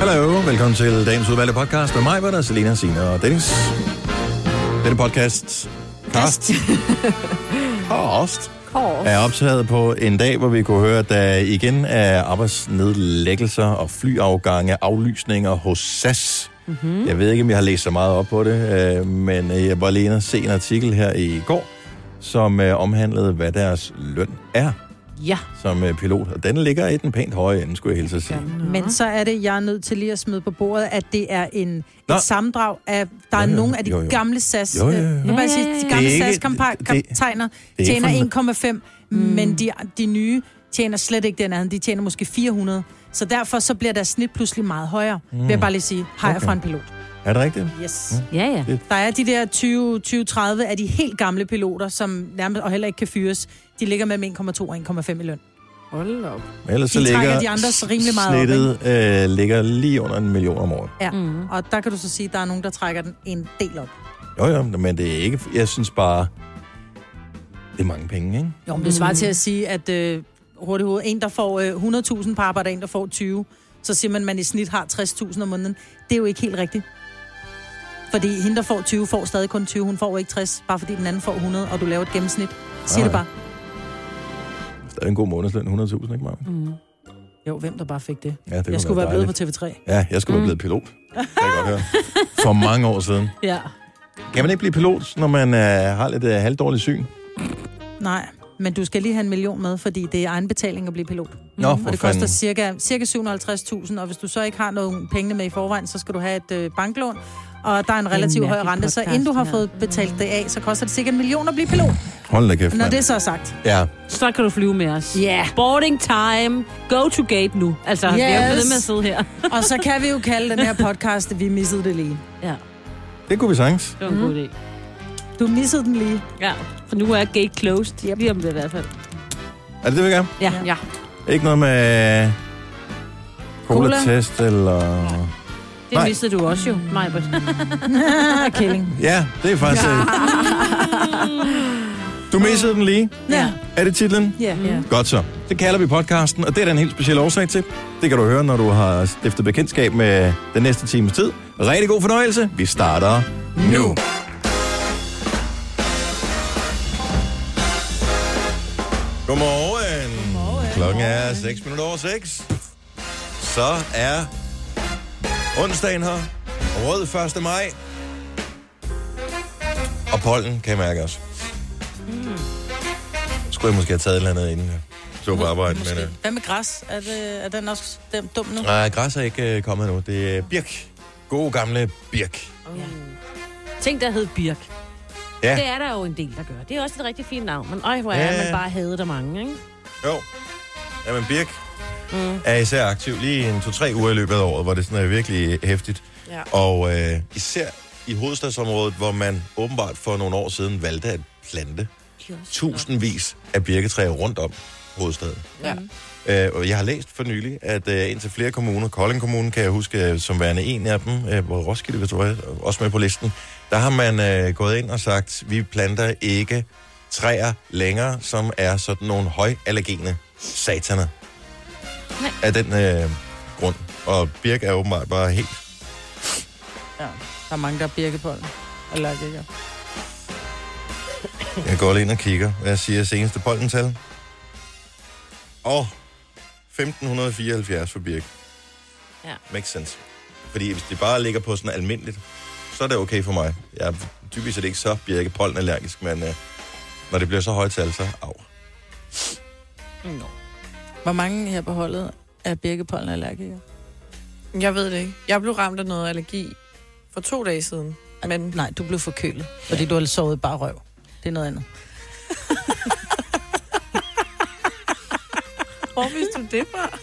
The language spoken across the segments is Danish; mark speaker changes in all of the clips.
Speaker 1: Hallo, velkommen til dagens udvalgte podcast med mig, der Selina, Sina og Dennis. Denne podcast, Cast, Cast,
Speaker 2: Kors.
Speaker 1: er optaget på en dag, hvor vi kunne høre, at der igen er arbejdsnedlæggelser og flyafgange, aflysninger hos SAS. Mm-hmm. Jeg ved ikke, om jeg har læst så meget op på det, øh, men øh, jeg var lige inde og se en artikel her i går, som øh, omhandlede, hvad deres løn er
Speaker 2: Ja.
Speaker 1: som øh, pilot. Og den ligger i den pænt høje ende, skulle jeg hilse at sige.
Speaker 3: Men så er det, jeg er nødt til lige at smide på bordet, at det er en,
Speaker 1: Nå.
Speaker 3: et sammendrag af, der er
Speaker 1: Jo, jo,
Speaker 3: nogle af de
Speaker 1: jo, jo.
Speaker 3: gamle SAS,
Speaker 1: Jo, jo, jo.
Speaker 3: øh, nu bare sige, de gamle
Speaker 1: Det er ikke- det- det-
Speaker 3: SAS-kaptajner
Speaker 1: det er ikke
Speaker 3: tjener
Speaker 1: for-
Speaker 3: 1,5,
Speaker 2: Mm.
Speaker 3: men de, de nye tjener slet ikke den anden, de tjener måske 400. Så derfor så bliver deres snit pludselig meget højere, mm. vil jeg bare lige sige, hej okay.
Speaker 1: Okay.
Speaker 3: fra en pilot.
Speaker 1: Er det rigtigt?
Speaker 3: Yes.
Speaker 2: Ja, ja.
Speaker 3: Der er de der 20-30 af de helt gamle piloter, som nærmest og heller ikke kan fyres. De ligger med mellem 1,2 og 1,5 i løn.
Speaker 2: Hold op.
Speaker 1: Men Ellers
Speaker 3: De
Speaker 1: så
Speaker 3: trækker
Speaker 1: ligger
Speaker 3: de andres rimelig meget op,
Speaker 1: snittet øh, ligger lige under en million om året.
Speaker 3: Ja. Mm. Og der kan du så sige, at der er nogen, der trækker den en del op.
Speaker 1: Jo, jo, men det er ikke... Jeg synes bare, det er mange penge, ikke?
Speaker 3: Jo, men det svarer til at sige, at øh, hurtigt hoved, en der får øh, 100.000 per arbejde, og en der får 20, så siger man, at man i snit har 60.000 om måneden. Det er jo ikke helt rigtigt. Fordi hende, der får 20, får stadig kun 20. Hun får jo ikke 60, bare fordi den anden får 100, og du laver et gennemsnit. Siger
Speaker 1: Nej.
Speaker 3: det bare.
Speaker 1: Stadig en god månedsløn, 100.000, ikke meget?
Speaker 3: Mhm.
Speaker 1: Mm.
Speaker 3: Jo, hvem der bare fik det?
Speaker 1: Ja, det kunne
Speaker 3: jeg skulle være blevet på
Speaker 1: dejligt.
Speaker 3: TV3.
Speaker 1: Ja, jeg skulle mm. være blevet pilot. Det kan jeg godt høre. For mange år siden.
Speaker 3: Ja.
Speaker 1: Kan man ikke blive pilot, når man øh, har lidt øh, halvdårlig syn?
Speaker 3: Nej, men du skal lige have en million med, fordi det er egenbetaling at blive pilot. Mm,
Speaker 1: Nå, for
Speaker 3: Og det
Speaker 1: fanden.
Speaker 3: koster cirka, cirka 750.000, og hvis du så ikke har nogen penge med i forvejen, så skal du have et øh, banklån, og der er en relativt høj
Speaker 2: mærkelig
Speaker 3: rente, så
Speaker 2: podcast,
Speaker 3: inden du har
Speaker 2: ja.
Speaker 3: fået betalt det af, så koster det cirka en million at blive pilot,
Speaker 1: Hold da kæft,
Speaker 3: når
Speaker 1: mand.
Speaker 3: det så er sagt.
Speaker 1: Ja,
Speaker 2: Så kan du flyve med os.
Speaker 3: Ja.
Speaker 2: Boarding time. Go to gate nu. Altså, yes. jeg er
Speaker 3: Yes.
Speaker 2: ved med at sidde her.
Speaker 3: Og så kan vi jo kalde den her podcast, vi missede det lige.
Speaker 2: Ja,
Speaker 1: det kunne vi sagtens.
Speaker 2: det var en mm. god
Speaker 3: Mhm.
Speaker 2: idé.
Speaker 3: Du missede den lige.
Speaker 2: Ja, for nu er gate closed. Yep. Lige om det i hvert fald.
Speaker 1: Er det det, vi gør?
Speaker 2: Ja, ja.
Speaker 1: Ikke noget med øh, cola-test eller...
Speaker 2: Det
Speaker 1: Nej.
Speaker 2: mistede du også jo, Majbert.
Speaker 3: Ah, killing.
Speaker 1: Ja, det er faktisk... Ja. Du missede den lige.
Speaker 3: Ja.
Speaker 1: Er det titlen?
Speaker 3: Ja. ja.
Speaker 1: Godt så. Det kalder vi podcasten, og det er der en helt speciel årsag til. Det kan du høre, når du har stiftet bekendtskab med den næste times tid. Rigtig god fornøjelse. Vi starter nu. Godmorgen. Klokken er 6 minutter over 6. Så er onsdagen her. Rød 1. maj. Og pollen kan jeg mærke også. Skulle jeg måske have taget et eller andet inden jeg tog på arbejde. Men, øh,
Speaker 3: Hvad med græs? Er, det, er den også den dum nu?
Speaker 1: nej, græs er ikke øh, kommet endnu. Det er birk. God gamle birk.
Speaker 2: Ting, der hed Birk.
Speaker 1: Ja.
Speaker 2: Det er der jo en del, der gør. Det er også et rigtig fint navn, men øj, hvor er
Speaker 1: Ja.
Speaker 2: man bare havde der mange, ikke?
Speaker 1: Jo. Jamen, Birk mm. er især aktiv lige en to-tre uger i løbet af året, hvor det sådan er virkelig hæftigt.
Speaker 2: Ja.
Speaker 1: Og øh, især i hovedstadsområdet, hvor man åbenbart for nogle år siden valgte at plante tusindvis af birketræer rundt om hovedstaden.
Speaker 2: Ja.
Speaker 1: Øh, og jeg har læst for nylig, at øh, indtil flere kommuner, Kolding Kommune kan jeg huske øh, som værende en af dem, øh, hvor Roskilde hvis du er også med på listen, der har man øh, gået ind og sagt, vi planter ikke træer længere, som er sådan nogle højallergene sataner.
Speaker 2: Nej.
Speaker 1: Af den øh, grund. Og Birk er åbenbart bare helt...
Speaker 3: Ja. Der er mange, der er birkepollen. Eller ikke.
Speaker 1: Jeg går lige ind og kigger. Hvad siger seneste pollental? Og 1574 for Birk.
Speaker 2: Ja.
Speaker 1: Makes sense. Fordi hvis det bare ligger på sådan almindeligt, så er det okay for mig. Jeg er typisk er det ikke så Birke pollenallergisk, men øh, når det bliver så højt tal, så au.
Speaker 2: Nå.
Speaker 3: Hvor mange her på holdet er birkepollen allergiker?
Speaker 4: Jeg ved det ikke. Jeg blev ramt af noget allergi for to dage siden. Men
Speaker 3: Nej, du blev forkølet, fordi du har sovet bare røv. Det er noget andet.
Speaker 4: hvor vidste du det fra?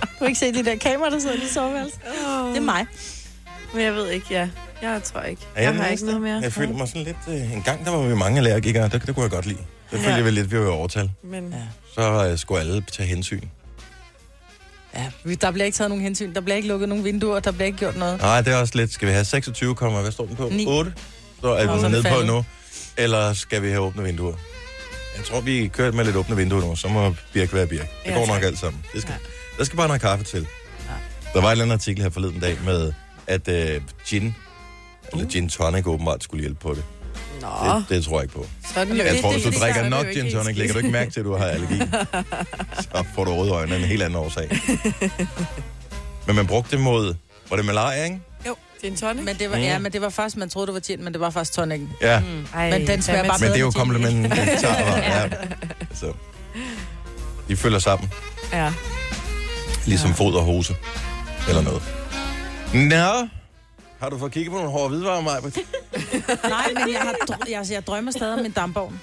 Speaker 3: Du har ikke set de der kameraer, der sidder i soveværelset? Det er mig.
Speaker 4: Men jeg ved ikke, ja. Jeg tror ikke.
Speaker 1: Er
Speaker 4: Jeg,
Speaker 1: den
Speaker 4: har
Speaker 1: eneste?
Speaker 4: ikke noget mere.
Speaker 1: Jeg føler mig sådan lidt... Øh, en gang, der var vi mange allergikere, det, det kunne jeg godt lide. Det følte
Speaker 4: Ja.
Speaker 1: jeg vel lidt, vi var i overtal.
Speaker 4: Men
Speaker 3: Ja.
Speaker 1: Så øh, skulle alle tage hensyn.
Speaker 3: Ja, vi- der bliver ikke taget nogen hensyn. Der bliver ikke lukket nogen vinduer. Der bliver ikke gjort noget.
Speaker 1: Nej, det er også lidt... Skal vi have 26, komma, hvad står den på?
Speaker 3: Ni.
Speaker 1: 8? Så er
Speaker 3: Nå,
Speaker 1: vi
Speaker 3: så er
Speaker 1: nede
Speaker 3: den
Speaker 1: på
Speaker 3: faldet.
Speaker 1: nu. Eller skal vi have åbne vinduer? Jeg tror, vi kører med lidt åbne vinduer nu. Så må Birk være Birk. Det
Speaker 4: Ja,
Speaker 1: går nok
Speaker 4: tak.
Speaker 1: alt sammen. Det skal, Der skal bare noget kaffe til. Der var et eller andet artikel her forleden dag med, at øh, gin, eller
Speaker 3: Uh.
Speaker 1: gin tonic åbenbart skulle hjælpe på det.
Speaker 4: Nå,
Speaker 1: Det, det tror jeg ikke på.
Speaker 4: sådan
Speaker 1: Jeg
Speaker 3: det-
Speaker 1: tror,
Speaker 3: det-
Speaker 1: hvis du
Speaker 3: det- det-
Speaker 1: drikker
Speaker 4: det-
Speaker 1: nok
Speaker 4: det-
Speaker 1: gin
Speaker 4: det-
Speaker 1: tonic, lægger du ikke mærke til, at du har allergi. Så får du røde øjne af en helt anden årsag. Men man brugte det mod... Var det malaria, ikke?
Speaker 4: Det er en tonic.
Speaker 3: Men det var, ja, men det var faktisk, man troede, det var gin, men det var faktisk tonic.
Speaker 1: Mm. Ja,
Speaker 2: Ej,
Speaker 3: Men den smager
Speaker 4: men-
Speaker 3: bare
Speaker 1: men det er jo
Speaker 3: bedre end gin.
Speaker 1: komplimenten. Ja. Så. De følger sammen.
Speaker 4: Ja.
Speaker 1: Ligesom fod og hose. Eller noget. Nå, har du fået kigget på nogle hårde hvidevarer, Maja?
Speaker 3: Nej, men jeg, har dr- jeg, altså, jeg drømmer stadig om min dampovn.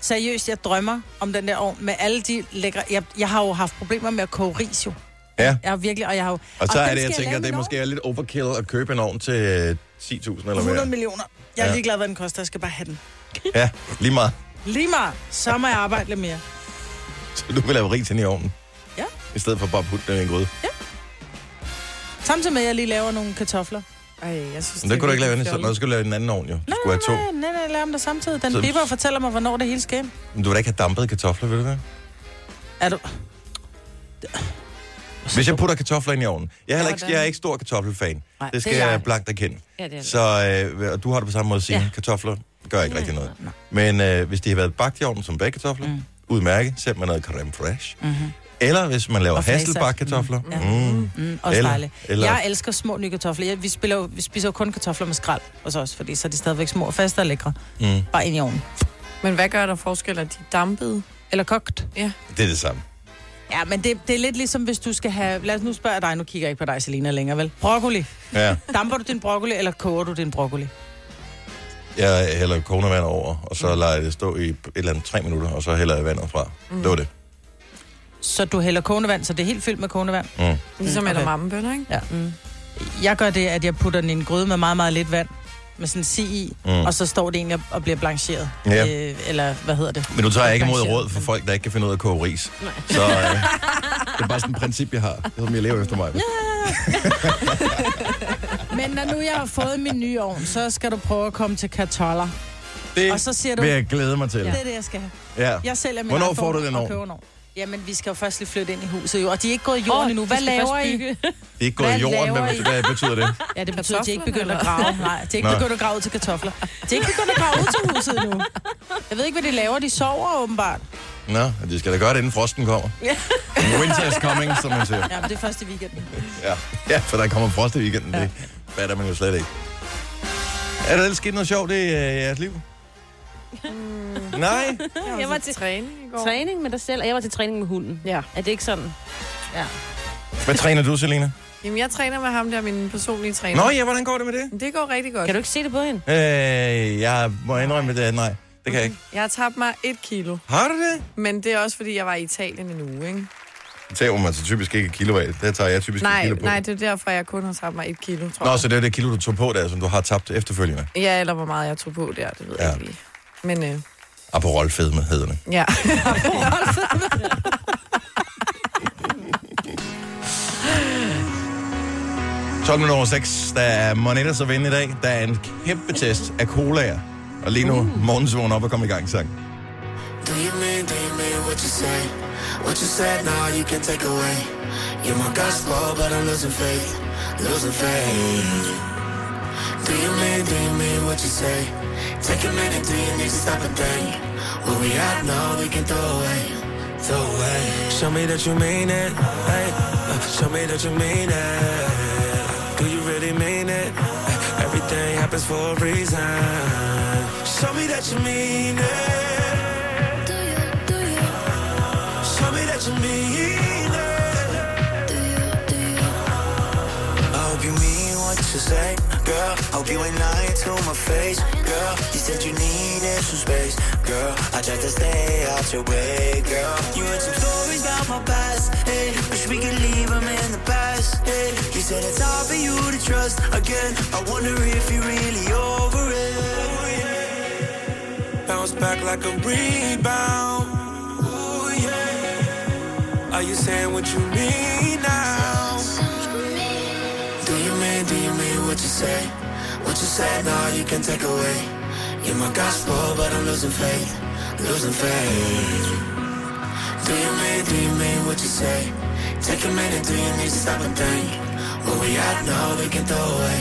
Speaker 3: Seriøst, jeg drømmer om den der ovn med alle de lækre... Jeg, jeg har jo haft problemer med at koge ris, jo.
Speaker 1: Ja,
Speaker 3: Jeg har virkelig, og jeg har jo...
Speaker 1: og så er
Speaker 3: den
Speaker 1: det, jeg
Speaker 3: skal
Speaker 1: tænker,
Speaker 3: lave
Speaker 1: det
Speaker 3: i
Speaker 1: er
Speaker 3: min
Speaker 1: måske er lidt overkill at købe en ovn til øh, 10.000 eller
Speaker 3: ovn. 100
Speaker 1: mere.
Speaker 3: millioner. Jeg
Speaker 1: Ja.
Speaker 3: er ligeglad, hvad den koster. Jeg skal bare have den.
Speaker 1: Ja, lige meget.
Speaker 3: Lige meget. Så må jeg arbejde lidt mere.
Speaker 1: Så du kan lave ris ind i ovnen.
Speaker 3: Ja. Altså,
Speaker 1: I stedet for bare at putte den i en gryde.
Speaker 3: Samtidig med, at jeg lige laver nogle kartofler.
Speaker 4: Ej, jeg synes,
Speaker 1: Men det kunne du ikke lave ind i sådan
Speaker 4: sådan
Speaker 1: noget. Så skulle du lave i den anden ovn, jo. Du skulle have to.
Speaker 3: Nej, nej, nej, jeg laver dem der samtidig. Den
Speaker 1: Så-
Speaker 3: bipper og fortæller mig, hvornår det hele skal.
Speaker 1: Men du vil da ikke have dampede kartofler, vil du det?
Speaker 3: Er du...
Speaker 1: Mm. Hvis jeg putter kartofler ind i ovnen. Jeg er, heller ikke,
Speaker 4: Sådan.
Speaker 1: jeg er ikke stor kartoffelfan.
Speaker 3: Nej,
Speaker 1: Det skal
Speaker 3: det er
Speaker 1: jeg
Speaker 3: jeg.
Speaker 1: blankt erkende.
Speaker 2: Ja, det er det.
Speaker 1: Så øh, og du har det på samme måde, Signe. Ja.
Speaker 2: Ja.
Speaker 1: Kartofler gør ikke rigtig noget. Men øh, hvis de har været bagt i ovnen som bagkartofler, mm. udmærket, sæt med noget creme fraiche.
Speaker 3: Mm-hmm.
Speaker 1: Eller hvis man laver
Speaker 3: Og flæser.
Speaker 1: hasselbakkartofler.
Speaker 3: Mm.
Speaker 1: Mm. Mm.
Speaker 3: Mm, også
Speaker 1: Eller-
Speaker 3: eller, dejligt.
Speaker 1: eller-
Speaker 3: Eller... Jeg elsker små nye kartofler. Jeg, vi, spiller, jo- vi spiser jo kun kartofler med skrald hos os, fordi så er de stadigvæk små og faste og lækre.
Speaker 1: Mm.
Speaker 3: Bare ind i ovnen.
Speaker 4: Men hvad gør der forskel, at de er dampede?
Speaker 3: Eller kogt.
Speaker 1: Det er det samme.
Speaker 3: Ja, men det, det er lidt ligesom, hvis du skal have... Lad os nu spørge dig, nu kigger jeg ikke på dig, Selina, længere, vel? Broccoli.
Speaker 1: Ja,
Speaker 3: Damper du din broccoli, eller koger du din broccoli?
Speaker 1: jeg hælder kogende vand over, og så
Speaker 3: Mm.
Speaker 1: lader jeg det stå i et eller andet tre minutter, og så hælder jeg vandet fra. Mm. Det var det.
Speaker 3: Så du hælder kogende vand, så det er helt fyldt med kogende vand.
Speaker 1: Mm.
Speaker 4: Ligesom
Speaker 3: okay.
Speaker 4: okay. edamamebønner, ikke?
Speaker 3: Ja. Mm. Jeg gør det, at jeg putter den i en gryde med meget, meget lidt vand, med sådan en si i,
Speaker 1: Mm.
Speaker 3: mm. og så står det egentlig og- og bliver blancheret.
Speaker 1: Ja.
Speaker 3: Øh, eller hvad hedder det?
Speaker 1: Men nu tager jeg ikke imod
Speaker 3: Blancheret.
Speaker 1: råd for folk, der ikke kan finde ud af at koge ris. Nej. Så øh, det er bare sådan et princip, jeg har, som jeg lever efter mig.
Speaker 3: Men når nu jeg har fået min nye ovn, så skal du prøve at komme til kartoller.
Speaker 1: Det
Speaker 3: Og så siger du,
Speaker 1: vil
Speaker 3: det
Speaker 1: jeg glæde mig til.
Speaker 3: er det, jeg skal have.
Speaker 1: Ja.
Speaker 3: Jeg sælger min
Speaker 1: Hvornår
Speaker 3: iPhone
Speaker 1: får du den
Speaker 3: og
Speaker 1: ovn?
Speaker 3: køber en ovn. Jamen, vi skal jo først lige flytte ind i huset, jo. Og de er ikke gået i jorden oh, endnu. Hvad laver I?
Speaker 1: Det er ikke gået i
Speaker 3: Hvad
Speaker 1: jorden, men
Speaker 3: laver I?
Speaker 1: hvad betyder det?
Speaker 3: Ja, det betyder, at de ikke
Speaker 4: Kartoflerne,
Speaker 3: begynder at grave. Nej, de er ikke
Speaker 1: Nå.
Speaker 3: begyndt at grave ud til kartofler. De er ikke begyndt at grave ud til huset endnu. Jeg ved ikke, hvad de laver. De sover åbenbart.
Speaker 1: Nå, de skal da gøre det, inden frosten kommer. Winter is coming, som man siger.
Speaker 3: Ja, men det er første weekend.
Speaker 1: Ja, ja for der kommer frost i weekenden. Det fatter man jo slet ikke. Er der ellers sket noget sjovt i øh, jeres liv? Nej.
Speaker 2: Jeg var til
Speaker 4: træning i går.
Speaker 2: træning med dig selv, og jeg var til træning med hunden.
Speaker 4: Ja.
Speaker 2: Er det ikke sådan?
Speaker 1: Hvad træner du, Selina?
Speaker 4: Jamen, jeg træner med ham der, min personlige træner.
Speaker 1: Nå ja, hvordan går det med det?
Speaker 4: Men Det går rigtig godt.
Speaker 2: Kan du ikke se det på hende?
Speaker 1: Øh, jeg må indrømme det. Nej, det kan jeg ikke.
Speaker 4: Jeg har tabt mig et kilo,
Speaker 1: Har du det?
Speaker 4: men det er også, fordi jeg var i Italien en uge, ikke?
Speaker 1: Det tager man så typisk ikke et kilo af. Det tager jeg typisk et
Speaker 4: Nej,
Speaker 1: kilo på.
Speaker 4: nej, det er derfor, jeg kun har tabt mig et kilo, tror
Speaker 1: Nå,
Speaker 4: jeg.
Speaker 1: så det er det kilo, du tog på der, som du har tabt efterfølgende.
Speaker 4: Ja, eller hvor meget jeg tog på der, det ved
Speaker 1: Ja.
Speaker 4: jeg ikke lige. Men øh,
Speaker 1: Aperol fedme hedder det.
Speaker 4: ja,
Speaker 1: Mm. 12 minutter over 6. Der er monetters at vinde i dag. Der er en kæmpe test af colaer. Og lige nu, mm. morgens vågen op og kom i gang sang.
Speaker 5: Do you mean, do you mean what you say? What you said now you can take away. You're my gospel, but I'm losing faith, losing faith. Do you mean, do you mean what you say? Take a minute, do you need to stop and think? What we have now we can throw away, throw away.
Speaker 6: Show me that you mean it. Hey, uh, show me that you mean it. Do you really mean it? Hey, everything happens for a reason. Show me that you mean it.
Speaker 7: Do you, do you,
Speaker 6: Show me that you mean it.
Speaker 7: do you, do you?
Speaker 6: I hope you mean what you say, girl. Hope you ain't lying to my face, girl. You said you needed some space, girl. I tried to stay out your way, girl. You had some stories about my past, hey. Wish we could leave them in the past, hey. You said it's hard for you to trust again. I wonder if you're really over it. Bounce back like a rebound. Ooh, yeah. Are you saying what you mean now?
Speaker 5: Do you mean, do you mean what you say? What you said now you can take away. You're my gospel, but I'm losing faith, losing faith. Do you mean, do you mean what you say? Take a minute, do you need to stop and think? What we got now, we can throw away.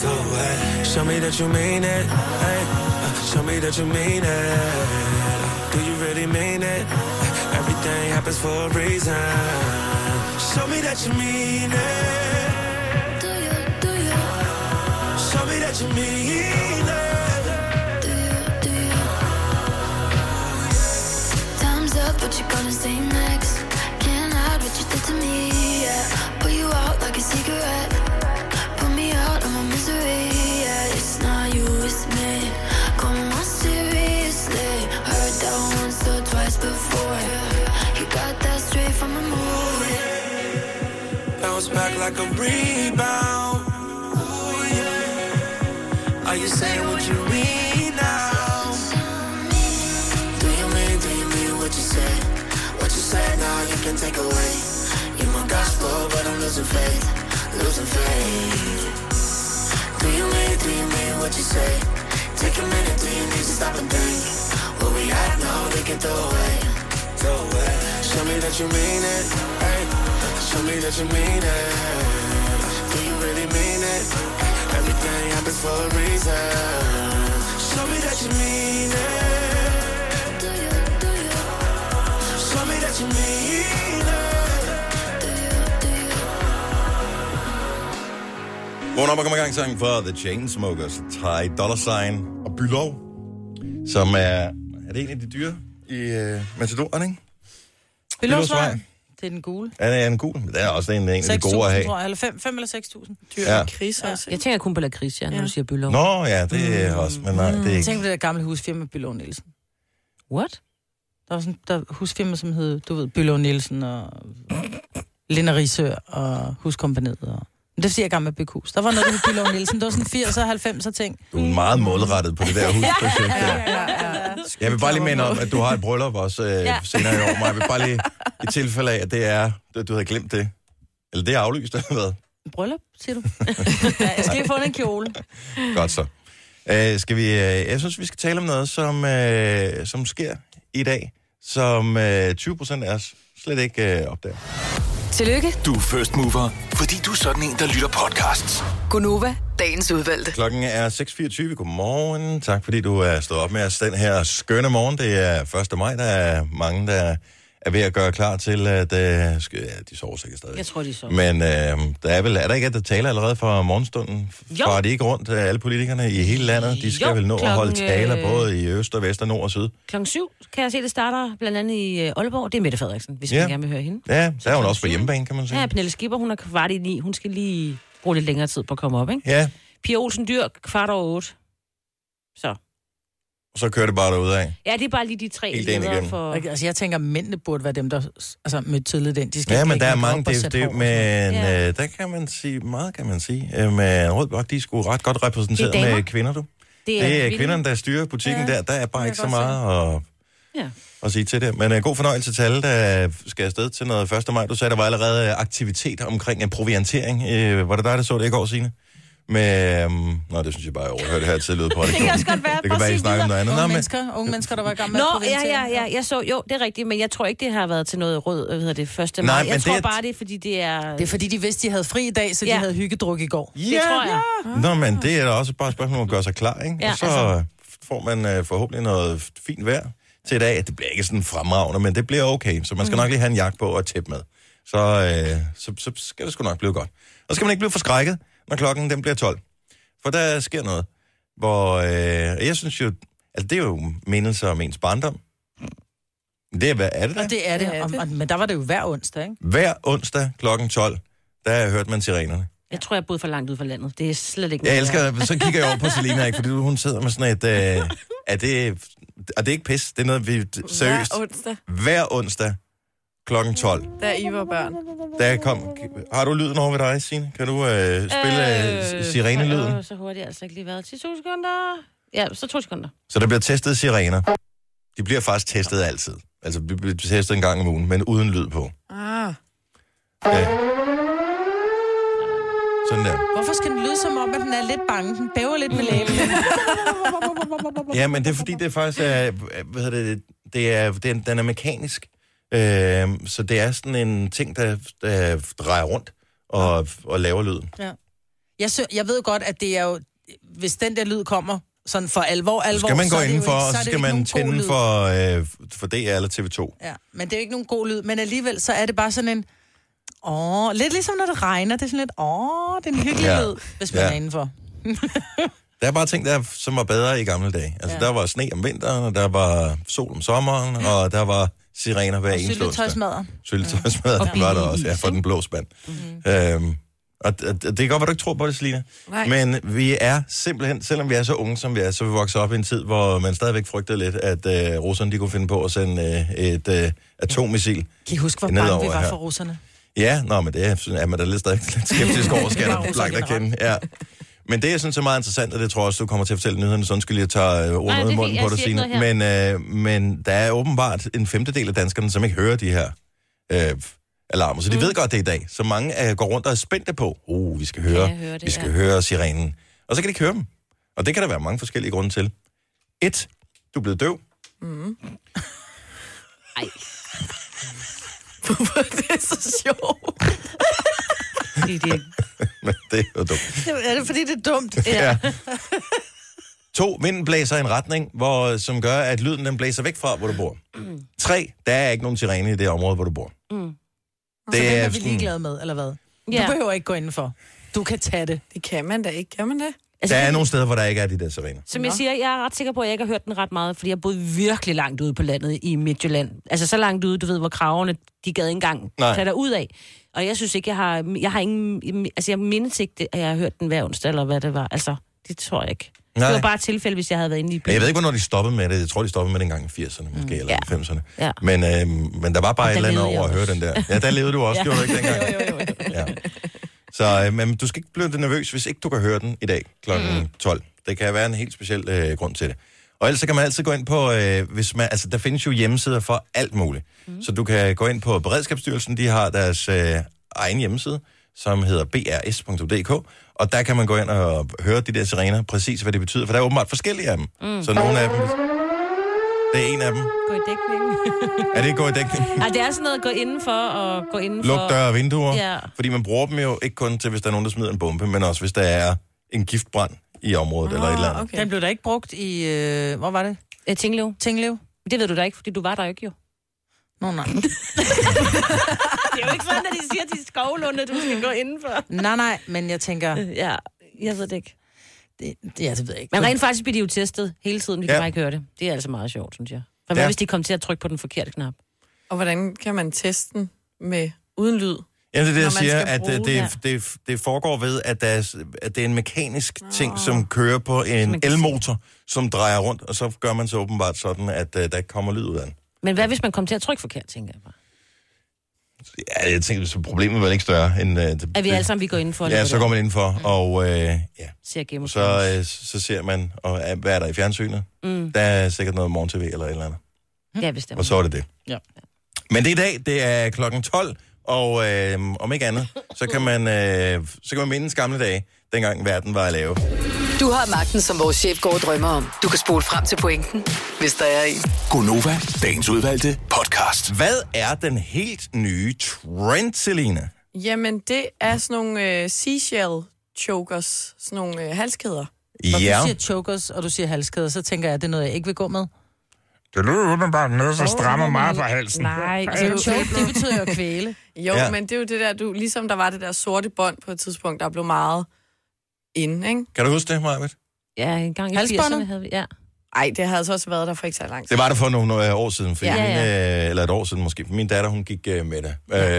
Speaker 6: Do it. Show me that you mean it. Hey, uh, show me that you mean it. Do you really mean it? Uh, Everything happens for a reason. Show me that you mean it.
Speaker 7: do you, do you,
Speaker 6: Show me that you mean it.
Speaker 7: do you, do you? Time's up, what you gonna say next? Can't hide what you did to me, yeah. Pull you out like a cigarette. Put me out of my misery, yeah. It's not you, it's me. Come on, seriously. Heard that once or twice before. You got that straight from a movie.
Speaker 6: Bounce back like a rebound. Ooh, yeah. Are you saying what you mean now?
Speaker 5: Do you mean, do you mean what you say? What you said now you can take away. You're my gospel, but I'm losing faith, losing faith. Do you mean, do you mean what you say? Take a minute, do you need to stop and think? What we got now, we can throw away.
Speaker 6: Go away. Show me that you mean it. Hey, show me that you mean it. Do you really mean it? Everything happens for a reason. Show me that you mean it.
Speaker 7: Do you, do you,
Speaker 6: Show me that you mean it.
Speaker 7: do you, do you?
Speaker 1: Vågn op og kom i gang sang for The Chainsmokers, Ty Dollar Sign og Bylov, som er, er det en af de dyre i uh, Matadoren, ikke? Bylowsvej.
Speaker 3: Det er den gule.
Speaker 1: Er det en gul? Det er også en, en af de
Speaker 3: 6.000,
Speaker 1: gode at have.
Speaker 3: tror jeg. Eller 5, 5 eller 6.000.
Speaker 4: Dyr
Speaker 1: Ja.
Speaker 4: ja. kriser
Speaker 3: altså.
Speaker 4: også,
Speaker 2: Jeg
Speaker 4: ikke?
Speaker 2: tænker kun på lakrids, ja, når du siger bylov.
Speaker 1: Nå ja, det er også, men nej, det er
Speaker 3: Mm, Tænk
Speaker 1: ikke.
Speaker 3: på det der gamle husfirma, Bylov Nielsen.
Speaker 2: What?
Speaker 3: Der var sådan der var husfirma, som hed, du ved, Bylov Nielsen og Linda Risør og Huskompaniet. Og... Men det er fordi, jeg er gammel med at bygge hus. Der var noget, der hed Bylov Nielsen. Det var sådan 80'er og 90'er ting.
Speaker 1: Du er meget målrettet på det der husprojekt. der. Jeg vil bare lige minde om, at du har et bryllup også øh, ja. senere i år, Maja. Jeg vil bare lige i tilfælde af, at det er, at du havde glemt det. Eller det er aflyst, eller hvad?
Speaker 3: Bryllup, siger du? ja, jeg skal lige få en kjole.
Speaker 1: Godt så. Øh, skal vi, øh, jeg synes, vi skal tale om noget, som, øh, som sker i dag, som øh, 20 procent af os slet ikke øh, opdager.
Speaker 8: Tillykke,
Speaker 9: Du er first mover, fordi du er sådan en, der lytter podcasts.
Speaker 8: Gunova, dagens udvalgte.
Speaker 1: Klokken er 6.24. Godmorgen. Tak fordi du er stået op med os den her skønne morgen. Det er 1. maj. Der er mange, der er ved at gøre klar til, at øh, skal- ja, de sover sikkert stadig.
Speaker 2: Jeg tror, de så.
Speaker 1: Men øh, der er vel, er der ikke, at der taler allerede fra morgenstunden?
Speaker 2: Jo.
Speaker 1: Far de ikke rundt, øh, alle politikerne i hele landet? De skal
Speaker 2: Jo,
Speaker 1: vel nå at holde
Speaker 2: klokken,
Speaker 1: taler
Speaker 2: øh,
Speaker 1: både i øst og vest og nord og syd.
Speaker 2: Klokken syv kan jeg se, det starter blandt andet i øh, Aalborg. Det er Mette Frederiksen, hvis
Speaker 1: Ja.
Speaker 2: ja. man gerne vil høre hende.
Speaker 1: Ja, der er hun også på
Speaker 2: syv.
Speaker 1: hjemmebane, kan man sige.
Speaker 2: Ja, Pernille Skipper, hun er kvart i ni. Hun skal lige bruge lidt længere tid på at komme op, ikke?
Speaker 1: Ja,
Speaker 2: Pia Olsen Dyr, kvart over otte. Så.
Speaker 1: og så kører det bare derudad. af.
Speaker 2: Ja, det er bare lige de tre
Speaker 1: Helt dagen
Speaker 2: ledere
Speaker 1: igennem.
Speaker 2: for...
Speaker 3: Okay, altså, jeg tænker, at mændene burde være dem, der altså, mødte tidligt ind. De skal
Speaker 1: Ja,
Speaker 3: ikke
Speaker 1: men der er
Speaker 3: ligge op
Speaker 1: mange,
Speaker 3: og
Speaker 1: det,
Speaker 3: sætte hår
Speaker 1: det,
Speaker 3: og sådan noget.
Speaker 1: men
Speaker 2: Ja.
Speaker 1: øh, der kan man sige, meget kan man sige. Øh, men Rød Blok, de er sgu ret godt repræsenteret
Speaker 2: Det er damer.
Speaker 1: med kvinder, du. Det er kvinderne, der styrer butikken ja, der. Der er bare ikke så meget at,
Speaker 2: Ja.
Speaker 1: at sige til det. Men uh, god fornøjelse til alle, der skal afsted til noget 1. maj. Du sagde, der var allerede øh, aktivitet omkring en proviantering. Uh, var det dig, der så det i går, Signe? Men, um, nå, det synes jeg bare, jeg overhørte her tidligere på det. det kan også godt være. Det kan
Speaker 2: Bare
Speaker 1: være, I
Speaker 2: sig
Speaker 1: snakker om noget andet.
Speaker 3: Unge,
Speaker 1: Nå, men,
Speaker 3: mennesker, unge mennesker, der var gamle.
Speaker 2: Nå, ja, ja, ja, jeg så, jo, det er rigtigt, men jeg tror ikke, det har været til noget rød, hvad hedder det, første maj.
Speaker 1: Nej,
Speaker 2: jeg
Speaker 1: men
Speaker 2: tror
Speaker 1: det er-
Speaker 2: bare, det er, fordi det er...
Speaker 3: Det er fordi, de vidste, de havde fri i dag, så de
Speaker 2: Ja.
Speaker 3: havde hyggedruk i går.
Speaker 1: ja,
Speaker 2: det tror jeg.
Speaker 1: Nå, men det er da også bare et spørgsmål om at gøre sig klar, ikke?
Speaker 2: Ja,
Speaker 1: og så
Speaker 2: altså.
Speaker 1: får man uh, forhåbentlig noget fint vejr til i dag. Det bliver ikke sådan fremragende, men det bliver okay. Så man skal nok lige have en jakke på og et tæppe med. Så, øh, så, så skal det sgu nok blive godt. Og så skal man ikke blive forskrækket, når klokken den bliver 12. For der sker noget, hvor øh, jeg synes jo, altså det er jo mindelser om ens barndom. Det er, hvad er det da?
Speaker 3: Og det er det.
Speaker 4: Ja,
Speaker 3: Og,
Speaker 4: det-
Speaker 3: og, men der var det jo hver onsdag, ikke?
Speaker 1: Hver onsdag klokken 12, der hørte man sirenerne.
Speaker 2: Jeg tror, jeg boede for langt ud fra landet. Det er slet ikke...
Speaker 1: Jeg
Speaker 2: noget,
Speaker 1: elsker, så kigger jeg over på Selina, ikke? Fordi du- hun sidder med sådan et... Øh, er det, og det er ikke pis, det er noget, vi... Seriøst.
Speaker 4: Hver onsdag,
Speaker 1: Hver onsdag klokken 12,
Speaker 4: da I var børn.
Speaker 1: der kom... Har du lyden over ved dig, Signe? Kan du øh, spille øh, sirenelyden?
Speaker 2: Så, så hurtigt har jeg altså ikke lige været. 10 sekunder. Ja, så to sekunder.
Speaker 1: Så der bliver testet sirener. De bliver faktisk testet altid. Altså, de bliver testet en gang om ugen, men uden lyd på.
Speaker 4: Ah,
Speaker 1: Ja. Sådan der.
Speaker 3: Hvorfor skal den lyde som om, at den er lidt bange? Den bæver lidt med læben.
Speaker 1: Ja, men det er fordi, det er faktisk er, hvad hedder det, det er, det er, Øhm, den er mekanisk. Øh, så det er sådan en ting, der, der drejer rundt. og, og laver lyden.
Speaker 3: Ja. Jeg, sø, jeg ved godt, at det er jo... Hvis den der lyd kommer sådan for alvor,
Speaker 1: Så
Speaker 3: alvor...
Speaker 1: skal man
Speaker 3: så
Speaker 1: gå
Speaker 3: er det jo
Speaker 1: indenfor,
Speaker 3: ikke- så
Speaker 1: og så
Speaker 3: er det jo
Speaker 1: skal
Speaker 3: ikke
Speaker 1: man
Speaker 3: nogen god
Speaker 1: tænde
Speaker 3: lyd.
Speaker 1: for, øh, for DR eller TV2.
Speaker 3: Ja, men det er jo ikke nogen god lyd, men alligevel så er det bare sådan en... Åh, lidt ligesom når det regner, det er sådan lidt, åh, det er en hyggelig
Speaker 1: Ja.
Speaker 3: ja. lyd, hvis man
Speaker 1: Ja.
Speaker 3: ja. er indenfor.
Speaker 1: Der er bare ting, der, som var bedre i gamle dage. Altså, ja.
Speaker 3: Ja.
Speaker 1: der var sne om vinteren, og der var sol om sommeren, og der var sirener hver eneste onsdag.
Speaker 3: Syltetøjsmadder.
Speaker 1: Syltetøjsmad, den var der også, ja, for den blå spand. Mm-hmm. Øhm, og, og, og det kan godt være, du ikke tror på det, Selina.
Speaker 4: Nej.
Speaker 1: Men vi er simpelthen, selvom vi er så unge, som vi er, så er vi vokser op i en tid, hvor man stadigvæk frygtede lidt, at øh, russerne de kunne finde på at sende øh, et øh, atommissil.
Speaker 3: Kan I huske, hvor
Speaker 1: Nedover
Speaker 3: bange vi var
Speaker 1: her.
Speaker 3: for russerne?
Speaker 1: Ja, nå, men det er, sådan er man da lidt stadig lidt skeptisk over, skal
Speaker 3: Bare
Speaker 1: jeg
Speaker 3: russer
Speaker 1: langt at kende. Ja. Men det, jeg synes er meget interessant, og det tror jeg også, du kommer til at fortælle i nyhederne, så undskyld, jeg tager øh,
Speaker 2: Nej,
Speaker 1: ordet ud
Speaker 2: det
Speaker 1: af
Speaker 2: er
Speaker 1: munden
Speaker 2: fint.
Speaker 1: på
Speaker 2: Jeg
Speaker 1: dig,
Speaker 2: siger
Speaker 1: Signe.
Speaker 2: ikke
Speaker 1: Men, øh, men der er åbenbart en femtedel af danskerne, som ikke hører de her øh, alarmer.
Speaker 2: Mhm.
Speaker 1: Så de mm. ved godt, det er i dag. Så mange øh, går rundt og er spændte på, oh, vi skal høre,
Speaker 2: jeg høre det,
Speaker 1: vi skal
Speaker 2: ja."
Speaker 1: høre sirenen. Og så kan de ikke høre dem. Og det kan der være mange forskellige grunde til. Et, du er blevet døv.
Speaker 4: Mm-hmm.
Speaker 2: Ej,
Speaker 4: Hvorfor er det så sjovt?
Speaker 2: det, det,
Speaker 1: Men det er jo dumt.
Speaker 3: Er det, fordi det er dumt?
Speaker 1: Ja. To, vinden blæser i en retning, hvor, som gør, at lyden den blæser væk fra, hvor du bor. Mm. Tre, der er ikke nogen sirene i det område, hvor du bor. Mm.
Speaker 3: Det
Speaker 1: Det
Speaker 3: er
Speaker 1: er,
Speaker 3: vi
Speaker 1: sådan,
Speaker 3: ligeglade med, eller hvad? Ja.
Speaker 2: ja.
Speaker 3: Du behøver ikke gå indenfor. Du kan tage det.
Speaker 4: Det kan man da ikke, kan man det?
Speaker 2: Altså,
Speaker 1: der er nogle steder, hvor der ikke er de der sirener.
Speaker 2: Som jeg siger, jeg er ret sikker på, at jeg ikke har hørt den ret meget, fordi jeg boede virkelig langt ude på landet i Midtjylland. Altså så langt ude, du ved, hvor kraverne, de gad ikke engang
Speaker 1: Nej.
Speaker 2: tage dig ud af. Og jeg synes ikke, jeg har, jeg har ingen, altså jeg mindes ikke, det, at jeg har hørt den hver onsdag, eller hvad det var. Altså, det tror jeg ikke.
Speaker 1: Nej.
Speaker 2: Det var bare et tilfælde, hvis jeg havde været inde i
Speaker 1: Men
Speaker 2: byen.
Speaker 1: jeg ved ikke, hvornår de stoppede med det. Jeg tror, de stoppede med det engang i 80'erne, måske, mm. eller
Speaker 2: Ja.
Speaker 1: 90'erne.
Speaker 2: Ja.
Speaker 1: Men, øh, men der var bare
Speaker 2: Og
Speaker 1: et
Speaker 2: der
Speaker 1: eller andet
Speaker 2: levede jeg
Speaker 1: over at høre
Speaker 2: også.
Speaker 1: den der. Ja, der levede du også,
Speaker 2: Ja.
Speaker 1: gjorde du ikke dengang?
Speaker 2: Jo, jo, jo.
Speaker 1: Ja. Så øh, men du skal ikke blive nervøs, hvis ikke du kan høre den i dag kl. Mm. 12. Det kan være en helt speciel øh, grund til det. Og ellers så kan man altid gå ind på, øh, hvis man, altså der findes jo hjemmesider for alt muligt. Mm. Så du kan gå ind på Beredskabsstyrelsen, de har deres øh, egen hjemmeside, som hedder brs.dk, og der kan man gå ind og høre de der sirener, præcis hvad det betyder, for der er åbenbart forskellige af dem. Mm. Så nogle af dem, det er en af dem.
Speaker 2: Gå i dækningen.
Speaker 1: Er det ikke god dækning?
Speaker 2: Ej, det er sådan noget at gå indenfor og gå indenfor.
Speaker 1: Luk døre og vinduer.
Speaker 2: Ja.
Speaker 1: Fordi man bruger dem jo ikke kun til, hvis der er nogen, der smider en bombe, men også hvis der er en giftbrand i området ah, eller et eller andet.
Speaker 4: okay.
Speaker 3: Den blev da ikke brugt i... Øh, hvor var det?
Speaker 2: Øh, Tinglev.
Speaker 3: Tinglev?
Speaker 2: Det ved du da ikke, fordi du var der jo ikke jo.
Speaker 3: Nå, nej.
Speaker 2: Det er jo ikke sådan, at de siger, at de er skovlunde, du skal gå indenfor.
Speaker 3: nej, nej, men jeg tænker...
Speaker 2: Ja, jeg ved det ikke.
Speaker 3: Det, ja,
Speaker 1: Altså,
Speaker 3: det ved jeg ikke.
Speaker 2: Men rent faktisk bliver de jo testet hele tiden, vi kan
Speaker 1: Ja.
Speaker 2: ja. bare ikke høre det. Det er altså meget sjovt, synes jeg. For
Speaker 1: Ja.
Speaker 2: hvad hvis de kom til at trykke på den forkerte knap?
Speaker 4: Og hvordan kan man teste den med uden lyd?
Speaker 1: Jamen, det er det,
Speaker 4: Når
Speaker 1: jeg siger,
Speaker 4: man skal
Speaker 1: at øh,
Speaker 4: bruge
Speaker 1: det,
Speaker 2: den.
Speaker 1: det, det foregår ved, at, der er, at det er en mekanisk ting, som kører på en
Speaker 2: Ah. man kan se.
Speaker 1: elmotor, som drejer rundt, og så gør man så åbenbart sådan, at uh, der ikke kommer lyd ud af den.
Speaker 2: Men hvad hvis man kom til at trykke forkert, tænker jeg bare.
Speaker 1: Ja, jeg tænker, så problemet er vel ikke større end... Uh, det,
Speaker 2: At vi alle sammen, Mm. vi går indenfor. og
Speaker 1: Ja,
Speaker 2: lukker
Speaker 1: så går man indenfor, og øh, ja,
Speaker 2: døren, Ser Game of Thrones.
Speaker 1: så, øh, så ser man, og, øh, hvad er der i fjernsynet? Mm. Der er sikkert noget morgen-tv eller et eller andet.
Speaker 2: Ja, bestemt.
Speaker 1: Og så er det det.
Speaker 3: Ja.
Speaker 1: Men det er i dag, det er klokken 12, og øh, om ikke andet, så kan man, øh, så kan man mindes gamle dage, dengang verden var at lave.
Speaker 8: Du har magten, som vores chef går og drømmer om. Du kan spole frem til pointen, hvis der er en.
Speaker 9: Gonova, dagens udvalgte podcast.
Speaker 1: Hvad er den helt nye trend, Selina?
Speaker 4: Jamen, det er sådan nogle øh, seashell chokers, sådan nogle øh, halskæder.
Speaker 3: Når
Speaker 1: Ja,
Speaker 3: du siger chokers, og du siger halskæder, så tænker jeg, at det er noget, jeg ikke vil gå med.
Speaker 10: Det lyder udenbart noget, som strammer meget på halsen.
Speaker 4: Nej,
Speaker 3: Altså, choke, det betyder jo at kvæle.
Speaker 4: Jo,
Speaker 1: Ja.
Speaker 4: ja. men det er jo det der, du, ligesom der var det der sorte bånd på et tidspunkt, der blev meget inde, ikke?
Speaker 1: kan du huske det, Marvitt?
Speaker 2: Ja, en gang i
Speaker 3: Halsbåndet?
Speaker 2: 80'erne havde vi... Ja.
Speaker 4: Ej, det havde altså også været der for ikke så lang tid.
Speaker 1: Det var det for nogle øh, år siden, for ja,
Speaker 2: Ja,
Speaker 1: min,
Speaker 2: ja.
Speaker 1: Øh, eller et år siden måske. for Min datter, hun gik øh, med det.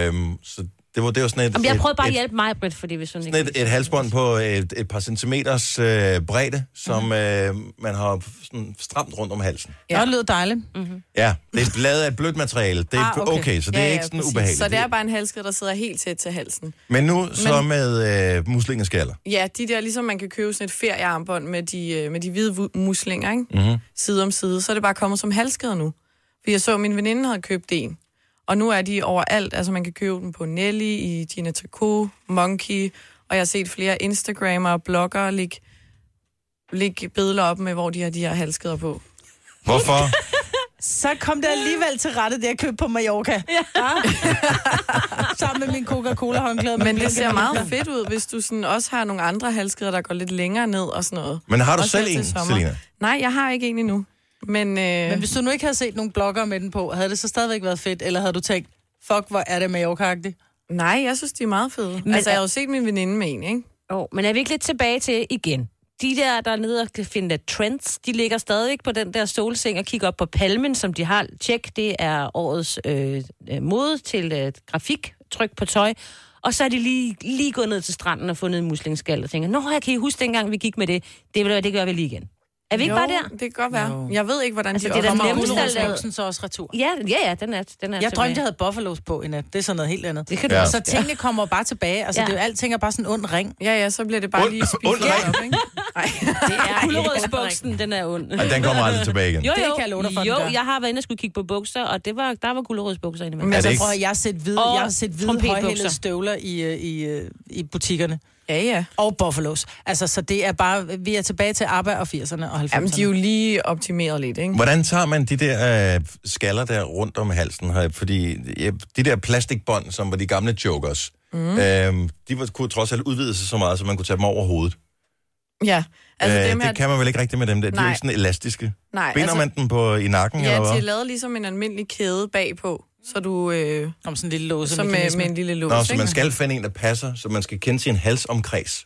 Speaker 1: Øhm, så det var, det var sådan et...
Speaker 2: Jamen, jeg
Speaker 1: et-
Speaker 2: prøvede bare at
Speaker 1: et-
Speaker 2: hjælpe mig, Britt, fordi hvis hun ikke...
Speaker 1: Sådan et, et halsbånd på et, et par centimeters øh, bredde, som
Speaker 4: Mhm.
Speaker 1: mm. øh, man har sådan stramt rundt om halsen.
Speaker 3: Ja. det lyder dejligt.
Speaker 4: Mhm.
Speaker 1: Ja, det er lavet af et blødt materiale. Det er ah,
Speaker 3: Ah,
Speaker 1: okay.
Speaker 3: okay.
Speaker 1: okay, så det er ikke sådan
Speaker 4: præcis.
Speaker 1: ubehageligt.
Speaker 4: Så det er bare en halskæde, der sidder helt tæt til halsen.
Speaker 1: Men nu så med øh, muslingeskaller.
Speaker 4: Ja, de der, ligesom man kan købe sådan et feriearmbånd med de, øh, med de hvide vu- muslinger, ikke?
Speaker 1: Mhm.
Speaker 4: Mm-hmm. side om side, så er det bare kommet som halskæder nu. For jeg så, at min veninde havde købt en. Og nu er de overalt, altså man kan købe dem på Nelly, i Gina Taco, Monkey, og jeg har set flere Instagrammer og bloggere lægge, lægge billeder op med, hvor de har de her halskæder på.
Speaker 1: Hvorfor?
Speaker 3: Så kom det alligevel til rette, Ah, det jeg købte på Mallorca. Ja. Sammen med min Coca-Cola håndklæde.
Speaker 4: Men det ser meget fedt ud, hvis du sådan også har nogle andre halskæder, der går lidt længere ned og sådan noget.
Speaker 1: Men har du
Speaker 4: Også
Speaker 1: selv
Speaker 4: her til
Speaker 1: en,
Speaker 4: sommer.
Speaker 1: Selina?
Speaker 4: Nej, jeg har ikke en endnu. Men, øh,
Speaker 3: Men hvis du nu ikke havde set nogle blogger med den på, havde det så stadigvæk været fedt? Eller havde du tænkt, fuck, hvor er det Mallorca-agtigt?
Speaker 4: nej, jeg synes, de er meget fede. Men, altså, jeg har jo set min veninde med en, ikke?
Speaker 2: Jo, men er vi ikke lidt tilbage til igen? De der, der er nede og kan finde lidt trends, de ligger stadigvæk på den der solseng og kigger op på palmen, som de har. Tjek, det er årets øh, øh, mode til øh, grafik, tryk på tøj. Og så er de lige, lige gået ned til stranden og fundet en muslingskal og tænker, Nå, jeg kan I huske dengang, vi gik med det. Det, vil, det gør vi lige igen. Er vi ikke
Speaker 4: jo,
Speaker 2: bare der?
Speaker 4: det kan godt være.
Speaker 3: Jo.
Speaker 4: Jeg ved ikke, hvordan
Speaker 2: Altså,
Speaker 4: de
Speaker 2: det er da
Speaker 4: opfanger
Speaker 2: nemmest
Speaker 4: gulerod.
Speaker 2: at lave.
Speaker 3: så også retur.
Speaker 2: Ja, ja, ja, den er, den er
Speaker 3: Jeg
Speaker 2: tilbage.
Speaker 3: drømte, jeg havde buffalos på i nat. Det er sådan noget helt andet.
Speaker 2: Det kan du
Speaker 1: Ja.
Speaker 2: ja.
Speaker 3: Så
Speaker 2: også.
Speaker 3: tingene kommer bare tilbage. Altså,
Speaker 2: Ja.
Speaker 3: ja. det er jo alting er bare sådan en ond ring.
Speaker 4: Ja, ja, så bliver det bare
Speaker 1: Und-
Speaker 4: lige
Speaker 1: und-
Speaker 4: spiflet op, ikke? Nej.
Speaker 2: Det er gulerødsbuksen, den er ond.
Speaker 1: Ej, den kommer aldrig tilbage igen.
Speaker 2: Jo,
Speaker 3: Det
Speaker 2: jo,
Speaker 3: kan jeg love dig for, den
Speaker 2: jo
Speaker 3: gør.
Speaker 2: jeg har været inde og skulle kigge på bukser, og det var, der var gulerødsbukser inde
Speaker 1: Er
Speaker 2: imellem.
Speaker 1: det
Speaker 3: Altså,
Speaker 1: ikke-
Speaker 3: prøv at høre, jeg har set hvide,
Speaker 2: Og
Speaker 3: jeg har set hvide
Speaker 2: trompetbukser.
Speaker 3: højhældede støvler i, øh, i, øh, i butikkerne.
Speaker 4: Ja, ja.
Speaker 3: Og buffalos. Altså, så det er bare... Vi er tilbage til ABBA og 80'erne og 90'erne.
Speaker 4: Jamen, de er jo lige optimeret lidt, ikke?
Speaker 1: Hvordan tager man de der øh, skaller der rundt om halsen? her? Fordi ja, de der plastikbånd, som var de gamle jokers,
Speaker 4: Mhm.
Speaker 1: mm. øh, de var, kunne trods alt udvide sig så meget, så man kunne tage dem over hovedet.
Speaker 4: Ja, altså
Speaker 1: Altså, øh,
Speaker 4: dem her...
Speaker 1: det kan man vel ikke rigtigt med dem der. De er
Speaker 4: Nej.
Speaker 1: jo ikke sådan elastiske.
Speaker 4: Nej,
Speaker 1: Binder
Speaker 4: altså-
Speaker 1: man den på, i nakken, ja,
Speaker 4: Ja,
Speaker 1: eller
Speaker 4: de er
Speaker 1: hvad?
Speaker 4: lavet ligesom en almindelig kæde bagpå, så du... Øh,
Speaker 3: Om sådan en lille låse.
Speaker 4: så med, med en lille lås,
Speaker 1: Nå, så
Speaker 4: ikke?
Speaker 1: man skal finde en, der passer, så man skal kende sin halsomkreds. Så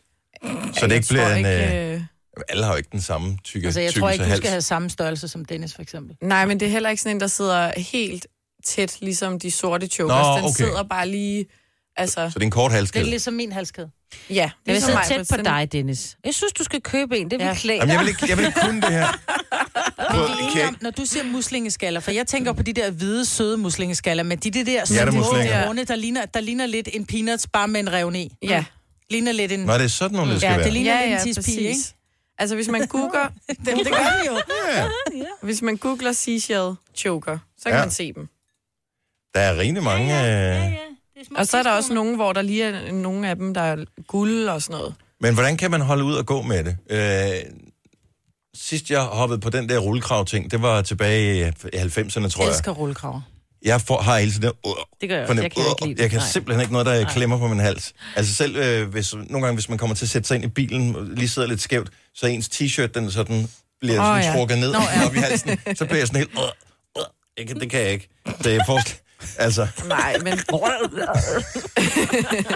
Speaker 1: det
Speaker 4: Jeg
Speaker 1: ikke
Speaker 4: tror
Speaker 1: bliver en...
Speaker 4: ikke,
Speaker 1: øh,
Speaker 4: øh,
Speaker 1: alle har jo ikke den samme tykke,
Speaker 3: Altså, jeg
Speaker 1: tykkelse
Speaker 3: tror ikke, du
Speaker 1: hals.
Speaker 3: skal have samme størrelse som Dennis, for eksempel.
Speaker 4: Nej, men det er heller ikke sådan en, der sidder helt tæt, ligesom de sorte chokers.
Speaker 1: Nå,
Speaker 4: Den
Speaker 1: okay.
Speaker 4: sidder bare lige... Altså,
Speaker 1: Så det er en kort
Speaker 3: Det er
Speaker 1: halskæde.
Speaker 3: ligesom min halskæde.
Speaker 4: ja.
Speaker 2: Jeg vil
Speaker 4: ligesom
Speaker 2: sidde
Speaker 4: mig,
Speaker 2: tæt
Speaker 4: men
Speaker 2: på
Speaker 4: den-
Speaker 2: dig, Dennis. Jeg synes, du skal købe en. Det vil
Speaker 3: Ja.
Speaker 2: ja. klæde
Speaker 1: Jamen,
Speaker 2: dig.
Speaker 1: jeg vil ikke, jeg vil ikke kunne det her. Prøv,
Speaker 3: Okay. Når du siger muslingeskaller, for jeg tænker på de der hvide, søde muslingeskaller, men de, de der små
Speaker 1: Hjertemuslinger.
Speaker 3: runde, der ligner, der ligner lidt en peanuts, bare med en revne i.
Speaker 4: Ja.
Speaker 3: Ligner lidt en...
Speaker 1: Nå, det er sådan nogle, det skal
Speaker 3: Ja, det
Speaker 1: være.
Speaker 3: ligner
Speaker 4: Ja,
Speaker 3: lidt
Speaker 4: ja,
Speaker 3: en tispige, ikke?
Speaker 4: præcis. Altså, hvis man googler,
Speaker 3: Dem, det gør vi jo.
Speaker 1: ja.
Speaker 4: hvis man googler seashell choker, så kan
Speaker 1: Ja.
Speaker 4: ja. man se dem.
Speaker 1: Der er rigtig mange... øh, Ja, ja, ja.
Speaker 4: Og så er der også nogle, hvor der lige er nogle af dem, der er guld og sådan noget.
Speaker 1: Men hvordan kan man holde ud og gå med det? Øh, sidst jeg hoppede på den der rullekrav-ting, det var tilbage i 90'erne, tror
Speaker 3: Jeg
Speaker 1: jeg.
Speaker 3: elsker rullekraver.
Speaker 1: Jeg får, har hele tiden der... Uh,
Speaker 2: Det gør jeg også. Jeg kan ikke lide det.
Speaker 1: Jeg kan
Speaker 2: Nej.
Speaker 1: simpelthen ikke noget, der klemmer på min hals. Altså selv øh, hvis, nogle gange, hvis man kommer til at sætte sig ind i bilen, og lige sidder lidt skævt, så ens t-shirt, den sådan bliver
Speaker 4: Åh,
Speaker 1: sådan
Speaker 4: ja.
Speaker 1: trukket ned op i halsen. Så bliver jeg sådan helt... Uh, uh, jeg kan, det kan jeg ikke. Det er forskel. Altså,
Speaker 4: Nej, men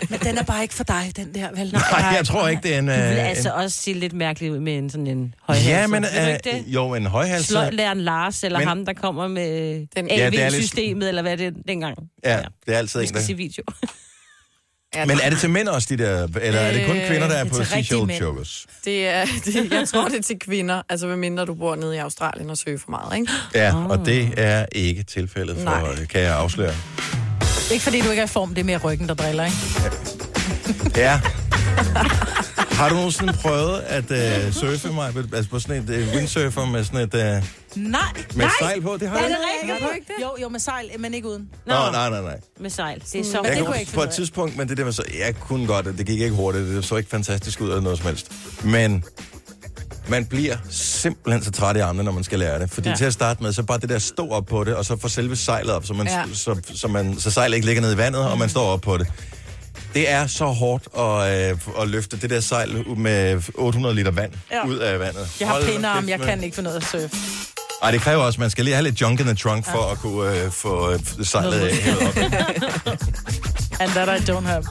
Speaker 3: Men den er bare ikke for dig, den der, vel?
Speaker 1: nej, jeg tror ikke, det er en...
Speaker 2: Du vil
Speaker 1: Øh,
Speaker 2: altså
Speaker 1: en
Speaker 2: også se lidt mærkeligt ud med en sådan en højhals.
Speaker 1: ja, men,
Speaker 2: Vil du ikke det?
Speaker 1: øh, jo, en højhals.
Speaker 2: Sløjtlæren Lars, eller
Speaker 1: Men-
Speaker 2: men, ham, der kommer med
Speaker 4: Den-
Speaker 2: den
Speaker 4: Ja,
Speaker 1: det er lidt-
Speaker 2: AV-systemet, eller hvad det er dengang.
Speaker 1: Ja, det er altid
Speaker 2: Vi
Speaker 1: en,
Speaker 2: skal
Speaker 1: der...
Speaker 2: se video.
Speaker 1: Men er det til mænd også, de der... Eller er Øh, det kun kvinder, der er
Speaker 2: Øh,
Speaker 3: det er
Speaker 1: på
Speaker 3: til rigtige
Speaker 1: seashell
Speaker 3: mænd.
Speaker 1: chokers?
Speaker 4: det er, det, jeg tror, det er til kvinder. Altså, hvad mindre du bor nede i Australien og søger for meget, ikke?
Speaker 1: Ja, og det
Speaker 2: Ah.
Speaker 1: er ikke tilfældet, for,
Speaker 4: Nej.
Speaker 1: kan jeg afsløre.
Speaker 3: Ikke fordi du ikke er i form, det er mere ryggen, der driller, ikke?
Speaker 1: Ja. Har du nogensinde prøvet at øh, surfe mig? Altså på sådan et øh, windsurfer med sådan et... Øh, med
Speaker 3: Nej,
Speaker 1: et sejl på? Det har du
Speaker 2: Er det
Speaker 1: ikke?
Speaker 2: rigtigt?
Speaker 3: Har du ikke det? Jo, jo, med sejl, men ikke uden.
Speaker 1: Nå, nej, nej, nej.
Speaker 2: Med sejl. Det er så
Speaker 1: Jeg
Speaker 3: det
Speaker 1: det
Speaker 3: kunne
Speaker 1: kunne
Speaker 3: jeg ikke
Speaker 1: på
Speaker 3: finde
Speaker 1: et
Speaker 3: ud af.
Speaker 1: tidspunkt, men det der med så... Jeg kunne godt, og det gik ikke hurtigt. Det så ikke fantastisk ud eller noget som helst. Men man bliver simpelthen så træt i armene, når man skal lære det. Fordi ja.
Speaker 2: Ja.
Speaker 1: til at starte med, så bare det der stå op på det, og så få selve sejlet op, så, man, ja.
Speaker 4: Ja.
Speaker 1: så, så, man, så sejlet ikke ligger nede i vandet, og man står op på det. Det er så hårdt at, øh, at løfte det der sejl u- med 800 liter vand ja.
Speaker 3: Ja.
Speaker 1: ud af vandet.
Speaker 3: Jeg har
Speaker 1: Hold
Speaker 3: pinde arm,
Speaker 1: kæft,
Speaker 3: jeg
Speaker 1: mand.
Speaker 3: kan ikke få noget at surfe.
Speaker 1: Ej, det kræver også, at man skal lige have lidt junk in the trunk for at kunne øh, få øh, sejlet
Speaker 3: Noget.
Speaker 1: øh, hævet op.
Speaker 3: And that I don't have.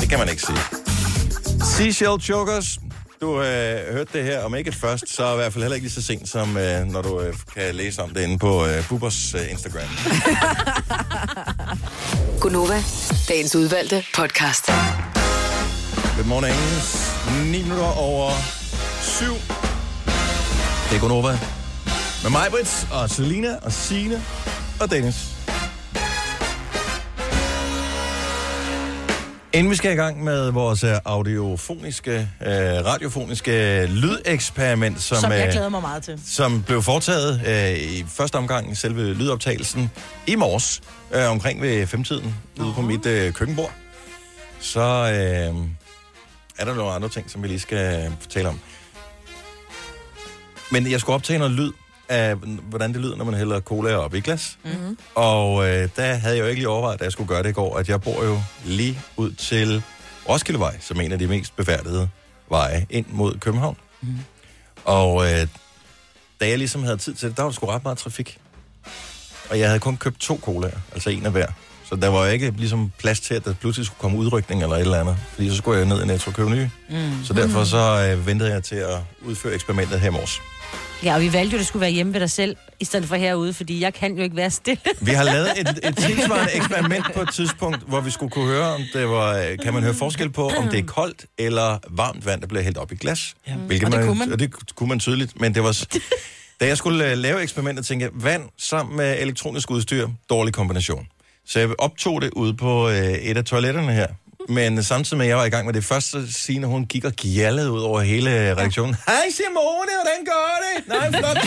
Speaker 1: Det kan man ikke sige. Seashell chokers. Du øh, hørte det her, om ikke først, så i hvert fald heller ikke lige så sent, som øh, når du øh, kan læse om det inde på øh, Bubbers øh, Instagram.
Speaker 8: Gunova, dagens udvalgte podcast.
Speaker 1: Godmorgen, Agnes. 9 minutter over 7. Det er Gunova. Med mig, Brits, og Selina, og Sine og Dennis. Inden vi skal i gang med vores øh, audiofoniske, øh, radiofoniske lydeksperiment, som,
Speaker 3: Som jeg
Speaker 1: øh,
Speaker 3: glæder mig meget til.
Speaker 1: som blev foretaget øh, i første omgang, selve lydoptagelsen, i morges, øh, omkring ved femtiden, ude på mit øh, køkkenbord. Så øh, er der nogle andre ting, som vi lige skal øh, fortælle om. Men jeg skulle optage noget lyd af, hvordan det lyder, når man hælder cola op i et glas. Mm-hmm. Og øh, der havde jeg jo ikke lige overvejet, da jeg skulle gøre det i går, at jeg bor jo lige ud til Roskildevej, som er en af de mest befærdede veje ind mod København. Mm. Og øh, da jeg ligesom havde tid til det, der var der sgu ret meget trafik. Og jeg havde kun købt to colaer, altså en af hver. Så der var jo ikke ligesom plads til, at der pludselig skulle komme udrykning eller et eller andet. Fordi så skulle jeg ned i Netto og købe nye. Mm. Så derfor så øh, ventede jeg til at udføre eksperimentet her i morges.
Speaker 2: Ja, og vi valgte jo, at det skulle være hjemme ved dig selv, i stedet for herude, fordi jeg kan jo ikke være stille.
Speaker 1: Vi har lavet et, et tilsvarende eksperiment på et tidspunkt, hvor vi skulle kunne høre, om det var, øh, kan man høre forskel på, om det er koldt eller varmt vand, der bliver hældt op i glas. Ja. Hvilket
Speaker 3: Og det kunne man.
Speaker 1: Og det kunne man tydeligt, men det var... s- Da jeg skulle øh, lave eksperimentet, tænkte jeg, vand sammen med elektronisk udstyr, dårlig kombination. Så jeg optog det ude på øh, et af toiletterne her. Men samtidig med, at jeg var i gang med det første, Signe, hun gik og gjaldede ud over hele øh, redaktionen. Hej Simone, hvordan gør det? Nej, flot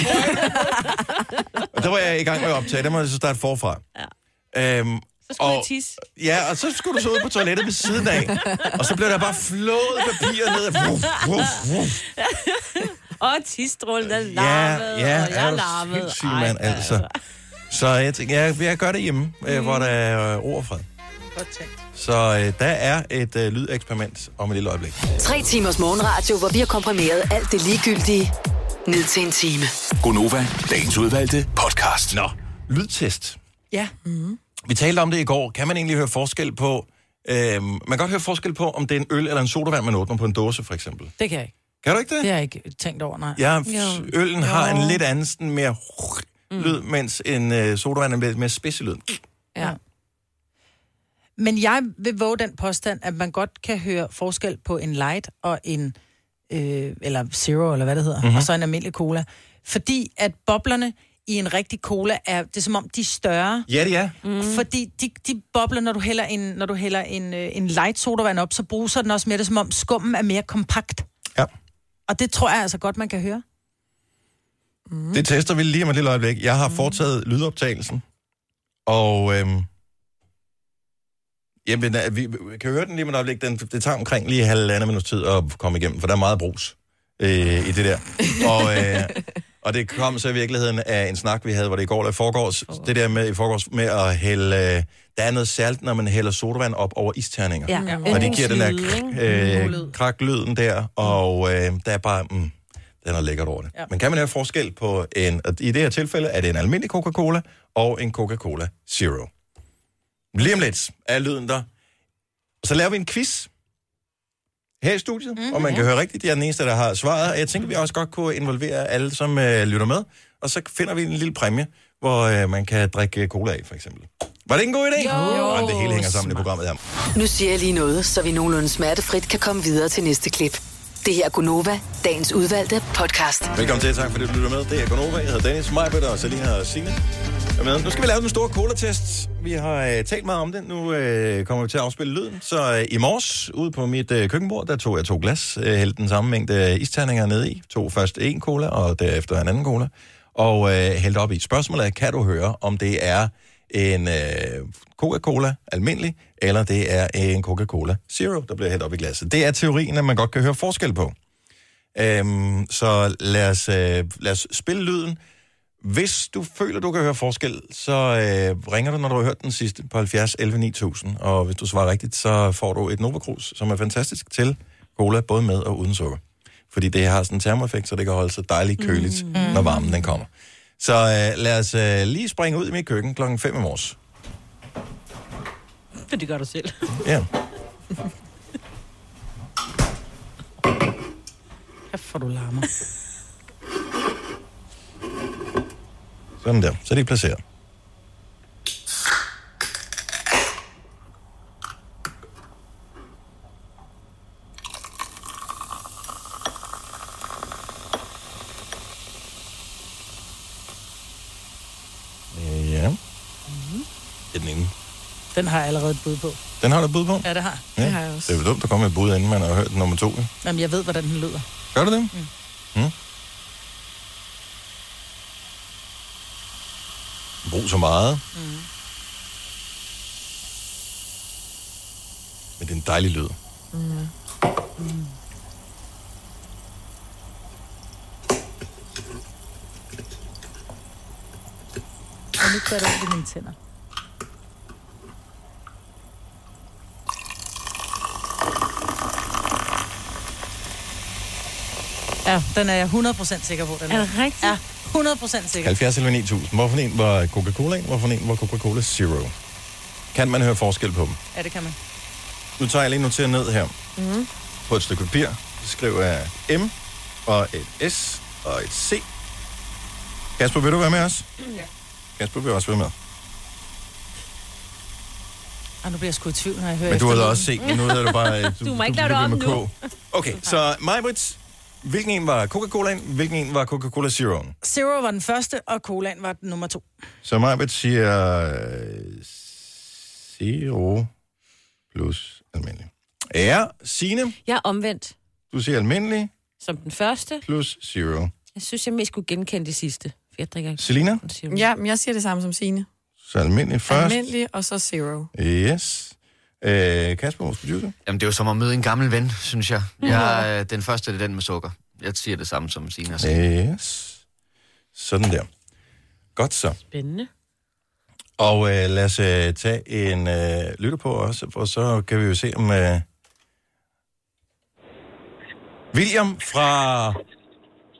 Speaker 1: trøje." Og der var jeg i gang med at optage, der må jeg så starte forfra. Ja. Øhm,
Speaker 2: Så skulle
Speaker 1: og,
Speaker 2: jeg tisse.
Speaker 1: Ja, og så skulle du så ud på toilettet ved siden af. Og så blev der bare flået papir ned. Vuff, vuff, vuff.
Speaker 2: Og tisstrålen, den larmede, ja, ja, og jeg larmede.
Speaker 1: sindssyg, mand, altså. Så jeg tænkte, jeg, jeg gør det hjemme, mm. øh, hvor der er øh, ro og fred. Så øh, der er et øh, lydeksperiment om et lille øjeblik.
Speaker 8: Tre timers morgenradio, hvor vi har komprimeret alt det ligegyldige ned til en time.
Speaker 9: Gonova, dagens udvalgte podcast.
Speaker 1: Nå, lydtest.
Speaker 3: Ja.
Speaker 8: Mm-hmm.
Speaker 1: Vi talte om det i går. Kan man egentlig høre forskel på... Øh, man kan godt høre forskel på, om det er en øl eller en sodavand, man åbner på en dåse, for eksempel.
Speaker 3: Det kan jeg ikke.
Speaker 1: Kan du ikke det?
Speaker 3: Det har jeg ikke tænkt over, nej.
Speaker 1: Ja, f- øllen har en lidt anden, sådan mere
Speaker 3: Mm.
Speaker 1: lyd, mens en øh, sodavand er lidt mere spids i lyden.
Speaker 4: Ja.
Speaker 3: Men jeg vil våge den påstand, at man godt kan høre forskel på en light og en, øh, eller zero, eller hvad det hedder,
Speaker 1: Mhm.
Speaker 3: mm-hmm. og så en almindelig cola. Fordi at boblerne i en rigtig cola er, det er som om, de er større.
Speaker 1: Ja, det er. Mm.
Speaker 2: Mhm.
Speaker 3: Mm. Fordi de, de bobler, når du hælder en, når du hælder en, øh, en light sodavand op, så bruser den også mere. Det er som om skummen er mere kompakt.
Speaker 1: Ja.
Speaker 3: Og det tror jeg altså godt, man kan høre. Mm.
Speaker 1: Det tester vi lige om et lille øjeblik. Jeg har foretaget lydoptagelsen, og øhm, jamen, øh, vi vi kan høre den lige om et øjeblik. Den, det tager omkring lige halvandet minuts tid at komme igennem, for der er meget brus øh, i det der. Og, øh, og det kom så i virkeligheden af en snak, vi havde, hvor det i går eller i forgårs, det der med, i forgårs med at hælde... Øh, der er noget salt, når man hælder sodavand op over isterninger.
Speaker 2: Ja.
Speaker 1: Og det giver den der
Speaker 2: Yndlingslyde,
Speaker 1: krak,
Speaker 2: ikke?
Speaker 1: øh, kraklyden der, og øh, der er bare, mm, den er lækkert over det. Ja. Men kan man have forskel på en, og i det her tilfælde er det en almindelig Coca-Cola og en Coca-Cola Zero. Lige om lidt er lyden der. Og så laver vi en quiz her i studiet, mm-hmm. og man kan høre rigtigt, jeg er den eneste, der har svaret. Og Jeg tænker, vi også godt kunne involvere alle, som øh, lytter med, og så finder vi en lille præmie, hvor øh, man kan drikke cola af, for eksempel. Var det ikke en god idé? Jo. Jamen, det hele hænger sammen i programmet her.
Speaker 8: Nu siger jeg lige noget, så vi nogenlunde smertefrit kan komme videre til næste klip. Det her er Gunova, dagens udvalgte podcast.
Speaker 1: Velkommen til, tak fordi du lytter med. Det er Gonova, jeg hedder Dennis, Majbert og Selina og Signe. er Med. Nu skal vi lave den store cola-test. Vi har øh, talt meget om det. Nu øh, kommer vi til at afspille lyden. Så øh, i morges, ude på mit øh, køkkenbord, der tog jeg to glas, øh, hældte den samme mængde øh, isterninger ned i. Tog først en cola, og derefter en anden cola. Og øh, hældte op i. Spørgsmålet er, kan du høre, om det er en øh, Coca-Cola almindelig, eller det er en Coca-Cola Zero, der bliver hældt op i glasset. Det er teorien, at man godt kan høre forskel på. Øhm, så lad os, øh, lad os spille lyden. Hvis du føler, du kan høre forskel, så øh, ringer du, når du har hørt den sidste, på 70 11 9000. Og hvis du svarer rigtigt, så får du et Nova Cruz, som er fantastisk til cola, både med og uden sukker. Fordi det har sådan en termoeffekt, så det kan holde sig dejligt køligt, mm. når varmen den kommer. Så øh, lad os øh, lige springe ud i mit køkken klokken 5 i morges.
Speaker 2: For det gør du selv.
Speaker 1: Ja.
Speaker 3: Kæft, for du larmer.
Speaker 1: Sådan der. Så er de placeret. Ja. Det er den ene.
Speaker 3: Mhm. Den har jeg allerede et bud på.
Speaker 1: Den har du et bud på?
Speaker 3: Ja, det har jeg.
Speaker 1: Ja,
Speaker 4: har jeg også.
Speaker 1: Det er jo dumt at komme med et bud, inden man har hørt nummer to. jo.
Speaker 3: Jamen, jeg ved, hvordan den lyder.
Speaker 1: Gør du det? Mm. Mm. Brug så meget. Mm. Men det er en dejlig lyd.
Speaker 2: Mm.
Speaker 3: nu gør det ondt i mine tænder. Ja, den er jeg 100% sikker på. Den
Speaker 2: Er det rigtigt?
Speaker 3: Ja, 100% sikker.
Speaker 1: 70 eller 9000. Hvorfor en var Coca-Cola en, hvorfor en var Coca-Cola Zero? Kan man høre forskel på dem?
Speaker 3: Ja, det kan man.
Speaker 1: Nu tager jeg lige noterer ned her
Speaker 3: Mm.
Speaker 1: på et stykke papir. Så skriver jeg M og et S og et C. Kasper, vil du være med os?
Speaker 3: Ja.
Speaker 1: Kasper vil også være med.
Speaker 3: Og nu bliver jeg sgu i tvivl, når jeg hører
Speaker 1: Men du har
Speaker 3: efterlyden.
Speaker 1: da også set, men nu er det bare... øh,
Speaker 2: Du må ikke lave det
Speaker 1: bliver ved
Speaker 2: om
Speaker 1: med
Speaker 2: nu.
Speaker 1: K. Okay, så Majbrits, hvilken en var Coca-Colaen, hvilken en var Coca-Cola Zeroen?
Speaker 3: Zero var den første, og colaen var den nummer to.
Speaker 1: Så Majbrits siger øh, Zero plus almindelig. Ja, Signe,
Speaker 2: Jeg er omvendt
Speaker 1: du siger almindelig
Speaker 2: som den første.
Speaker 1: plus Zero.
Speaker 2: Jeg synes, jeg mest skulle genkende det sidste. For jeg drikker ikke.
Speaker 1: Selina,
Speaker 4: Ja, men jeg siger det samme som Signe.
Speaker 1: så almindelig først.
Speaker 4: Almindelig, og så zero.
Speaker 1: Yes. Øh, Kasper, vores producer.
Speaker 11: Jamen, det er jo som at møde en gammel ven, synes jeg. jeg øh, den første det er den med sukker. Jeg siger det samme som Sina.
Speaker 1: Yes. Sådan der. Godt så.
Speaker 2: Spændende.
Speaker 1: Og øh, lad os øh, tage en øh, lytter på også, for så kan vi jo se om... Øh... William fra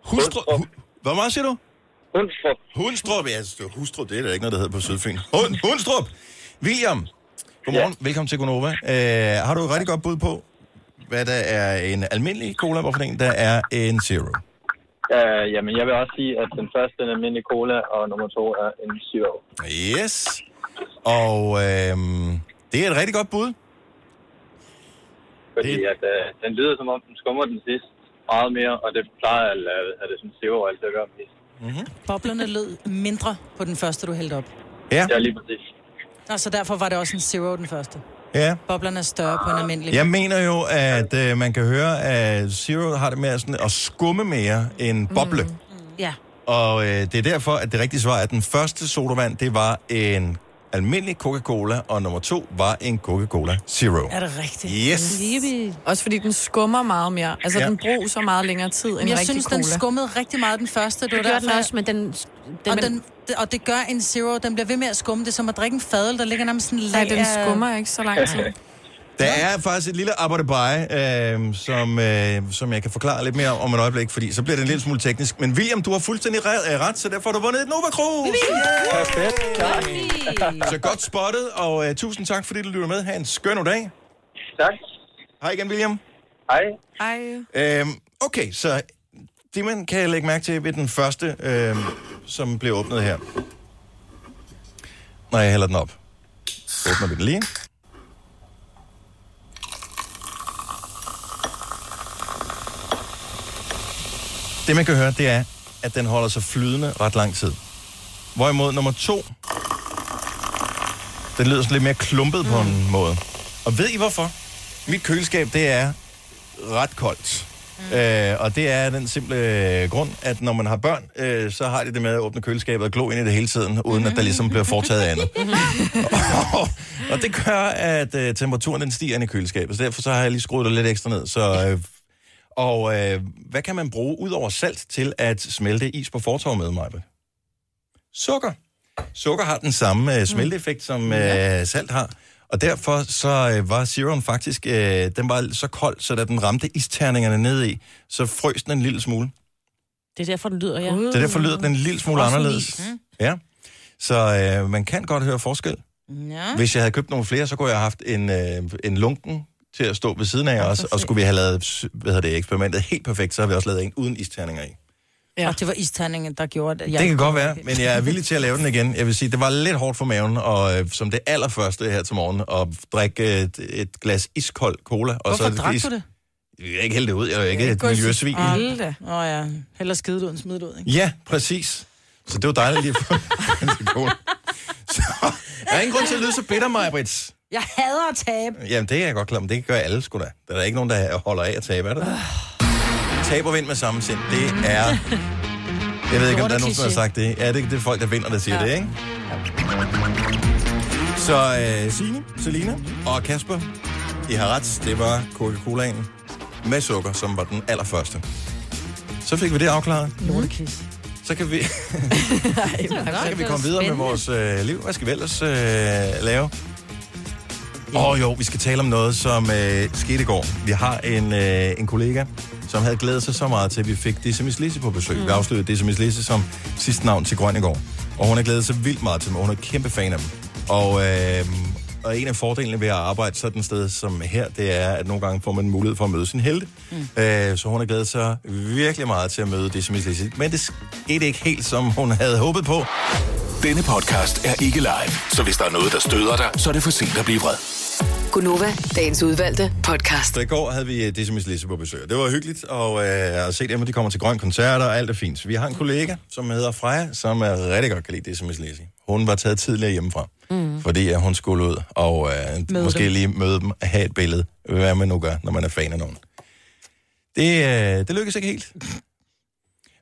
Speaker 1: Hundstrup. Hu... Hvor meget siger du? Hundstrup. Hundstrup, ja. altså, Hundstrup, det er der ikke noget, der hedder på Sydfyn. Hund, Hundstrup! William, godmorgen. Ja. Velkommen til Gonova. Øh, har du et rigtig godt bud på, hvad der er en almindelig cola, hvorfor en, der er en zero?
Speaker 12: Uh, jamen, jeg vil også sige, at den første er en almindelig cola, og nummer to er en zero.
Speaker 1: Yes. Og øhm, det er et rigtig godt bud.
Speaker 12: Fordi at, uh, den lyder som om, den skummer den sidste meget mere, og det plejer at lade, at det er sådan zero altid at gøre mest.
Speaker 1: Mm-hmm.
Speaker 3: Boblerne lød mindre på den første, du hældte op.
Speaker 1: Ja.
Speaker 12: Ja, lige præcis.
Speaker 3: Og så derfor var det også en zero den første.
Speaker 1: Ja.
Speaker 3: Boblerne er større på en almindelig.
Speaker 1: Jeg mener jo, at øh, man kan høre, at Zero har det med at, sådan, at skumme mere end boble. Mm.
Speaker 2: Ja.
Speaker 1: Og øh, det er derfor, at det rigtige svar er, at den første sodavand, det var en almindelig Coca-Cola, og nummer to var en Coca-Cola Zero.
Speaker 3: Er det rigtigt?
Speaker 1: Yes.
Speaker 4: Også fordi den skummer meget mere. Altså,
Speaker 1: Ja.
Speaker 4: ja. den bruger meget længere tid end
Speaker 3: Men jeg
Speaker 4: rigtig
Speaker 3: synes,
Speaker 4: cola.
Speaker 3: den skummede rigtig meget den første. Det, var
Speaker 2: Det gjorde
Speaker 3: derfor,
Speaker 2: den også, men den... den
Speaker 3: og, den, og det gør en zero. Den bliver ved med at skumme. Det er som at drikke en fadel, der ligger nærmest sådan en
Speaker 4: Nej,
Speaker 3: lag
Speaker 4: den skummer ikke så lang tid.
Speaker 1: Der er faktisk et lille arbejdebeje, øh, som, øh, som jeg kan forklare lidt mere om, om et øjeblik, fordi så bliver det en lille smule teknisk. Men William, du har fuldstændig re- øh, ret, så derfor har du vundet et Nova Cruz.
Speaker 12: Perfekt. Tak.
Speaker 1: Så godt spottet, og øh, tusind tak, fordi du lytter med. Ha' en skøn dag.
Speaker 12: Tak.
Speaker 1: Hej igen, William.
Speaker 12: Hej.
Speaker 4: Hej.
Speaker 1: Øhm, okay, så det man kan lægge mærke til ved den første, øhm, som blev åbnet her. Når jeg hælder den op. Så åbner vi den lige. Det man kan høre, det er, at den holder sig flydende ret lang tid. Hvorimod nummer to, den lyder sådan lidt mere klumpet på en måde. Og ved I hvorfor? Mit køleskab, det er ret koldt. Mm. Øh, og det er den simple øh, grund, at når man har børn, øh, så har de det med at åbne køleskabet og glo ind i det hele tiden, uden at der ligesom bliver foretaget andet. og, og det gør, at øh, temperaturen den stiger ind i køleskabet, så derfor så har jeg lige skruet det lidt ekstra ned. Så, øh, og øh, hvad kan man bruge ud over salt til at smelte is på fortorv med, Maja? Sukker. Sukker har den samme øh, smelteeffekt, som øh, salt har. Og derfor så øh, var Zeroen faktisk, øh, den var så kold, så da den ramte isterningerne ned i, så frøs den en lille smule.
Speaker 2: Det er derfor, den lyder, ja.
Speaker 1: Det er derfor lyder den en lille smule
Speaker 2: Frossen
Speaker 1: anderledes.
Speaker 2: is.
Speaker 1: Ja. Så øh, man kan godt høre forskel.
Speaker 3: Ja.
Speaker 1: Hvis jeg havde købt nogle flere, så kunne jeg have haft en, øh, en lunken til at stå ved siden af os, og skulle vi have lavet hvad hedder det, eksperimentet helt perfekt, så havde vi også lavet en uden isterninger i.
Speaker 3: Ja. Og det var isterningen, der gjorde det.
Speaker 1: det kan godt være, men jeg er villig til at lave den igen. Jeg vil sige, det var lidt hårdt for maven, og øh, som det allerførste her til morgen, at drikke et, et glas iskold cola. Og
Speaker 3: Hvorfor
Speaker 1: så
Speaker 3: drak du det?
Speaker 1: Jeg er ikke helt det ud, jeg er jo ikke et miljøsvin.
Speaker 3: Åh oh, ja, hellere skide ud end smide det ud, ikke?
Speaker 1: Ja, præcis. Så det var dejligt lige at få en cola. Så der er ingen grund til at lyde så bitter, Maja Brits.
Speaker 3: Jeg hader at tabe.
Speaker 1: Jamen, det er jeg godt klar, over, men det gør alle sgu da. Der er der ikke nogen, der holder af at tabe, er der? Tab og vind med samme sind, det er... Jeg ved ikke, om der er nogen, der har sagt det. Ja, det er det folk, der vinder, der siger ja. det, ikke? Så øh, Signe, Selina og Kasper, I har ret. Det var Coca-Colaen med sukker, som var den allerførste. Så fik vi det afklaret.
Speaker 3: Lortekis.
Speaker 1: Så Så kan vi, så kan vi komme videre med vores øh, liv. Hvad skal vi ellers øh, lave? Åh oh, jo, vi skal tale om noget, som øh, skete i går. Vi har en, øh, en kollega, som havde glædet sig så meget til, at vi fik Decimus Lisse på besøg. Mm. Vi afslørede Decimus Lisse som sidste navn til Grøn i går. Og hun har glædet sig vildt meget til dem, og hun er kæmpe fan af dem. Og, øh, og en af fordelene ved at arbejde sådan et sted som her, det er, at nogle gange får man mulighed for at møde sin helte. Mm. Øh, så hun har glædet sig virkelig meget til at møde Decimus Lisse. Men det skete ikke helt, som hun havde håbet på.
Speaker 9: Denne podcast er ikke live, så hvis der er noget, der støder dig, så er det for sent at blive vred.
Speaker 8: Gunova, dagens udvalgte podcast.
Speaker 1: Så i går havde vi øh, Decimus Lisse på besøg. Det var hyggeligt og, øh, at se dem, at de kommer til grøn koncert, og alt er fint. Vi har en kollega, som hedder Freja, som er rigtig godt kan lide Decimus Lisse. Hun var taget tidligere hjemmefra, mm. fordi at hun skulle ud og øh,
Speaker 13: Møde
Speaker 1: måske
Speaker 13: dem.
Speaker 1: lige møde dem, have et billede, hvad man nu gør, når man er fan af nogen. Det, øh, det lykkedes ikke helt.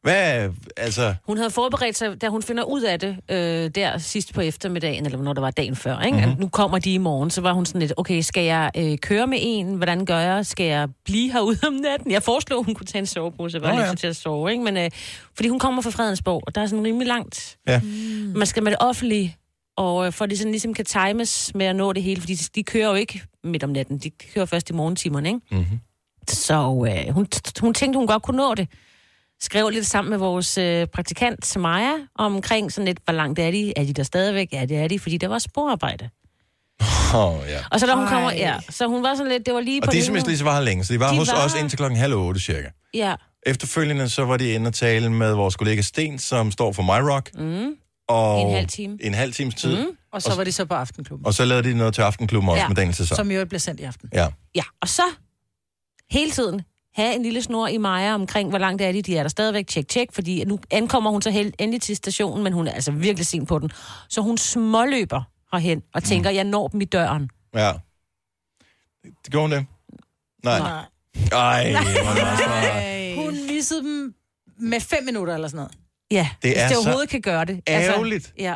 Speaker 1: Hvad, altså...
Speaker 2: Hun havde forberedt sig, da hun finder ud af det, øh, der sidst på eftermiddagen, eller når det var dagen før, ikke?
Speaker 1: Mhm.
Speaker 2: Mm-hmm. nu kommer de i morgen, så var hun sådan lidt, okay, skal jeg øh, køre med en? Hvordan gør jeg? Skal jeg blive herude om natten? Jeg foreslog, hun kunne tage en sovepose, bare
Speaker 1: Nå
Speaker 2: oh,
Speaker 1: ja.
Speaker 2: ja. til at sove, ikke? Men, øh, fordi hun kommer fra Fredensborg, og der er sådan rimelig langt.
Speaker 1: Ja. Mm.
Speaker 2: Man skal med det offentlige, og øh, for at det sådan ligesom kan times med at nå det hele, fordi de, de kører jo ikke midt om natten, de kører først i morgentimerne, ikke?
Speaker 1: Mm-hmm.
Speaker 2: Så øh, hun, hun tænkte, hun godt kunne nå det. Skrev lidt sammen med vores øh, praktikant, Maja, omkring sådan lidt, hvor langt er de? Er de der stadigvæk? Ja, det er de, fordi der var sporarbejde.
Speaker 1: Oh, ja.
Speaker 2: Og så da hun
Speaker 1: Ej.
Speaker 2: kommer, ja, så hun var sådan lidt, det var lige på
Speaker 1: Og
Speaker 2: den
Speaker 1: Decimus
Speaker 2: ene-
Speaker 1: Lisse var her længe, så de var
Speaker 2: De
Speaker 1: de hos
Speaker 2: var-
Speaker 1: var... os indtil klokken halv otte cirka.
Speaker 2: Ja.
Speaker 1: Efterfølgende så var de inde og tale med vores kollega Sten, som står for MyRock.
Speaker 2: Mm.
Speaker 1: Og
Speaker 3: En halv time.
Speaker 1: En halv times tid. Mm.
Speaker 3: Og så var det så på Aftenklubben.
Speaker 1: Og så lavede de noget til Aftenklubben også ja. med Daniel Cæsar.
Speaker 3: Som jo blev sendt i aften.
Speaker 1: Ja.
Speaker 2: Ja, og så hele tiden have en lille snor i Maja omkring, hvor langt er de, de er der stadigvæk, tjek, tjek, fordi nu ankommer hun så helt endelig til stationen, men hun er altså virkelig sent på den. Så hun småløber herhen og tænker, jeg når dem i døren.
Speaker 1: ja. Det gjorde hun det? Nej. Nej. Ej, hvor er det også meget.
Speaker 3: Hun missede dem med fem minutter eller sådan noget.
Speaker 2: Ja,
Speaker 1: Det er
Speaker 2: hvis det
Speaker 1: så
Speaker 2: overhovedet kan gøre det.
Speaker 3: Altså,
Speaker 1: ærgerligt.
Speaker 2: ja.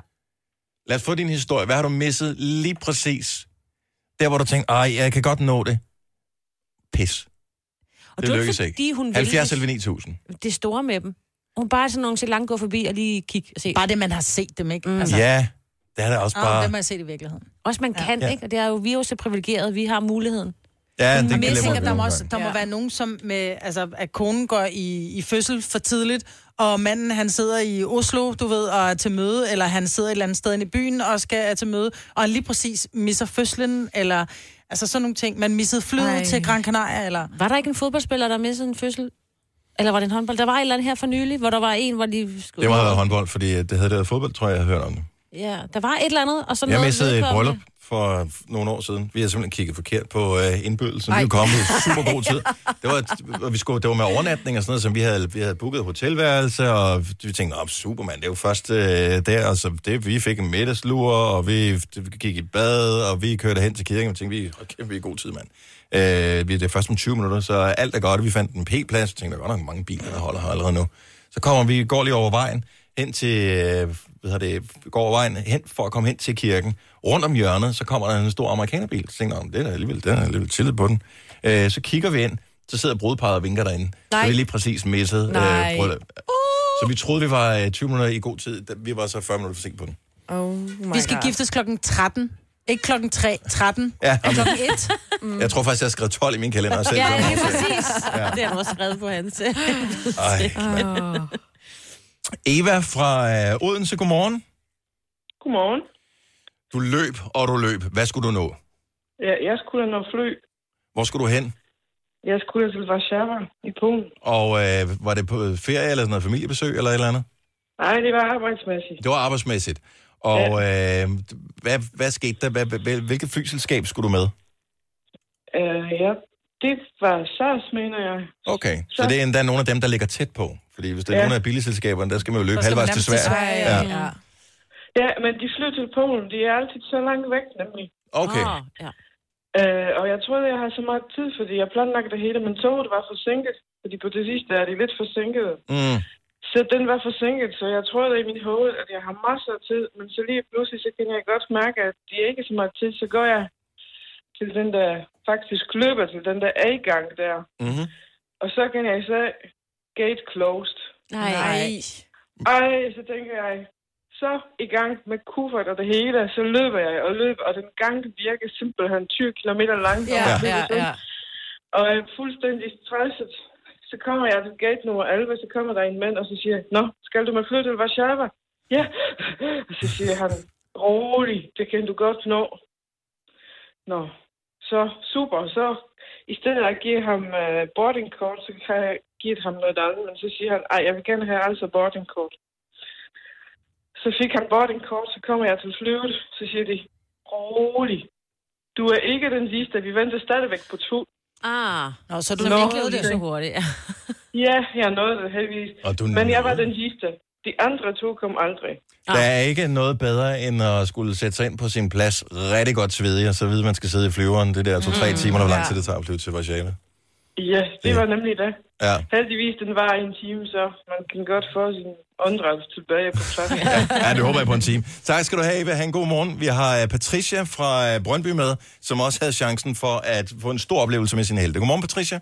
Speaker 1: Lad os få din historie. Hvad har du misset lige præcis? Der, hvor du tænkte, ej, jeg kan godt nå det. Pis.
Speaker 2: Og
Speaker 1: det
Speaker 2: det var
Speaker 1: lykkes
Speaker 2: fordi,
Speaker 1: ikke.
Speaker 2: hun ville
Speaker 1: 70
Speaker 2: det.
Speaker 1: 11 9000.
Speaker 2: det store med dem. Hun bare er sådan nogle til langt gå forbi og lige kigge og se.
Speaker 3: Bare det, man har set dem, ikke? Mm.
Speaker 1: Altså. Ja, det er da også
Speaker 2: Ah,
Speaker 3: Åh,
Speaker 1: bare...
Speaker 3: det må jeg se i virkeligheden.
Speaker 2: Også man kan,
Speaker 1: Ja.
Speaker 2: ja. ikke? Og det er jo, vi er jo så privilegeret, vi har muligheden.
Speaker 1: Ja, det
Speaker 3: Men jeg
Speaker 1: glemmer
Speaker 3: tænker,
Speaker 1: vi
Speaker 3: der må,
Speaker 1: nogle
Speaker 3: også,
Speaker 1: gange.
Speaker 3: der må være nogen, som med, altså, at konen går i, i fødsel for tidligt, og manden han sidder i Oslo, du ved, og er til møde, eller han sidder et eller andet sted inde i byen og skal er til møde, og han lige præcis misser fødslen, eller altså sådan nogle ting. Man missede
Speaker 2: Ej.
Speaker 3: flyet til Gran Canaria, eller...
Speaker 2: Var der ikke en fodboldspiller, der missede en fødsel? Eller var det en håndbold? Der var et eller andet her for nylig, hvor der var en, hvor de skulle...
Speaker 1: Det må have været håndbold, fordi øh, det havde det været fodbold, tror jeg, jeg har hørt om det.
Speaker 2: Ja, der var et eller andet, og så
Speaker 1: Jeg
Speaker 2: noget
Speaker 1: mistede et
Speaker 2: vedkommende.
Speaker 1: bryllup for nogle år siden. Vi har simpelthen kigget forkert på øh, indbydelsen. Vi
Speaker 2: Ej.
Speaker 1: er kommet i super god tid. Det var, et- og vi skulle, det var med overnatning og sådan noget, som vi havde, vi havde booket hotelværelse, og vi tænkte, oh, Superman, det er jo først øh, der, og så det, vi fik en middagslur, og vi, vi gik i bad, og vi kørte hen til kirken, og vi tænkte, vi, hold kæft, vi er i god tid, mand. Øh, vi, det er først om 20 minutter, så alt er godt, vi fandt en P-plads, og tænkte, der er godt nok mange biler, der holder her allerede nu. Så kommer vi, går lige over vejen, hen til, øh, hvad hedder det, går over vejen hen for at komme hen til kirken. Rundt om hjørnet, så kommer der en stor amerikanerbil. Så tænker jeg, "Nå, det er da alligevel, det er da alligevel tillid på den. Øh, så kigger vi ind, så sidder brudparret og vinker derinde. Nej.
Speaker 13: Nej.
Speaker 1: Så vi lige præcis misset
Speaker 13: Nej.
Speaker 1: øh,
Speaker 2: Uh.
Speaker 1: bryllup. Så vi troede, vi var øh, 20 minutter i god tid. Da- Vi var så 40 minutter for sent på den.
Speaker 4: Oh
Speaker 3: Vi skal
Speaker 4: God.
Speaker 3: giftes klokken 13. Ikke klokken 3, 13.
Speaker 1: Ja,
Speaker 3: Og
Speaker 1: amen.
Speaker 3: klokken 1.
Speaker 1: Jeg tror faktisk, jeg har skrevet 12 i min kalender. og Selv
Speaker 2: Mm. Ja,
Speaker 1: som
Speaker 2: lige
Speaker 1: årsag.
Speaker 2: præcis.
Speaker 1: Ja.
Speaker 2: Ja. Det har du også skrevet på hans.
Speaker 1: Ej,
Speaker 2: Ej,
Speaker 1: Eva fra øh, Odense, godmorgen.
Speaker 14: Godmorgen.
Speaker 1: Du løb, og du løb. Hvad skulle du nå?
Speaker 14: Ja, jeg skulle da nå fly.
Speaker 1: Hvor skulle du hen?
Speaker 14: Jeg skulle da til Warszawa i Polen.
Speaker 1: Og øh, var det på ferie eller sådan noget familiebesøg eller et eller andet?
Speaker 14: Nej, det var arbejdsmæssigt.
Speaker 1: Det var arbejdsmæssigt. Og øh, hvad, hvad skete der? Hvad, hvad, hvilket flyselskab skulle du med?
Speaker 14: Uh, ja, det var SARS, mener jeg.
Speaker 1: Okay, så, så det er endda nogle af dem, der ligger tæt på. Fordi hvis det er
Speaker 14: Ja.
Speaker 1: ja. nogle af billigselskaberne, der skal man jo løbe
Speaker 14: Så skal man
Speaker 1: halvvejs til
Speaker 14: nærmest
Speaker 1: Sverige.
Speaker 14: til Sverige,
Speaker 1: Ja.
Speaker 14: ja. Ja, men de flyver til Polen. De er altid så langt væk, nemlig.
Speaker 1: Okay. Ah,
Speaker 2: ja.
Speaker 14: Uh, og jeg troede, jeg havde så meget tid, fordi jeg planlagde det hele, men toget var forsinket. Fordi på det sidste er de lidt forsinket.
Speaker 1: Mm.
Speaker 14: Så den var forsinket, så jeg troede i mit hoved, at jeg har masser af tid. Men så lige pludselig, så kan jeg godt mærke, at de ikke så meget tid. Så går jeg til den der, faktisk løber til den der adgang der.
Speaker 1: Mm-hmm.
Speaker 14: Og så kan jeg så gate closed.
Speaker 2: Nej.
Speaker 14: Ej, så tænker jeg, så i gang med kuffert og det hele, så løber jeg og løber, og den gang virker simpelthen 20 km lang.
Speaker 4: Ja, ja, ja.
Speaker 14: Og jeg er fuldstændig stresset. Så kommer jeg til gate nummer 11, så kommer der en mand, og så siger jeg, Nå, skal du med flytte til Warszawa? Ja. Og så siger han, rolig, det kan du godt nå. Nå, så super, så i stedet for at give ham uh, boarding card, så kan jeg give ham noget andet, men så siger han, ej, jeg vil gerne have altså boarding card. Så fik han boarding card, så kommer jeg til flyvet, så siger de, rolig, du er ikke den sidste, vi venter stadigvæk på to.
Speaker 2: Ah,
Speaker 3: Nå, så du
Speaker 14: Nå,
Speaker 3: viklede det
Speaker 14: okay.
Speaker 3: så hurtigt. Ja.
Speaker 14: Ja, jeg nåede det heldigvis.
Speaker 1: Og du
Speaker 14: Men jeg var den sidste. De andre to kom aldrig.
Speaker 1: Der er ikke noget bedre, end at skulle sætte sig ind på sin plads rigtig godt svedig, og så vide, at man skal sidde i flyveren. Det der to-tre
Speaker 14: Mm,
Speaker 1: timer, der hvor lang
Speaker 14: ja.
Speaker 1: tid det tager at flyve til Warszawa.
Speaker 14: Ja, det var nemlig det.
Speaker 1: Ja.
Speaker 14: Heldigvis, den var en time, så man kan godt få sin åndedræt tilbage på plads.
Speaker 1: Ja, det håber jeg på en time. Tak skal du have, Eva. Ha' en god morgen. Vi har øh, Patricia fra øh, Brøndby med, som også havde chancen for at få en stor oplevelse med sin helte. Godmorgen, Patricia.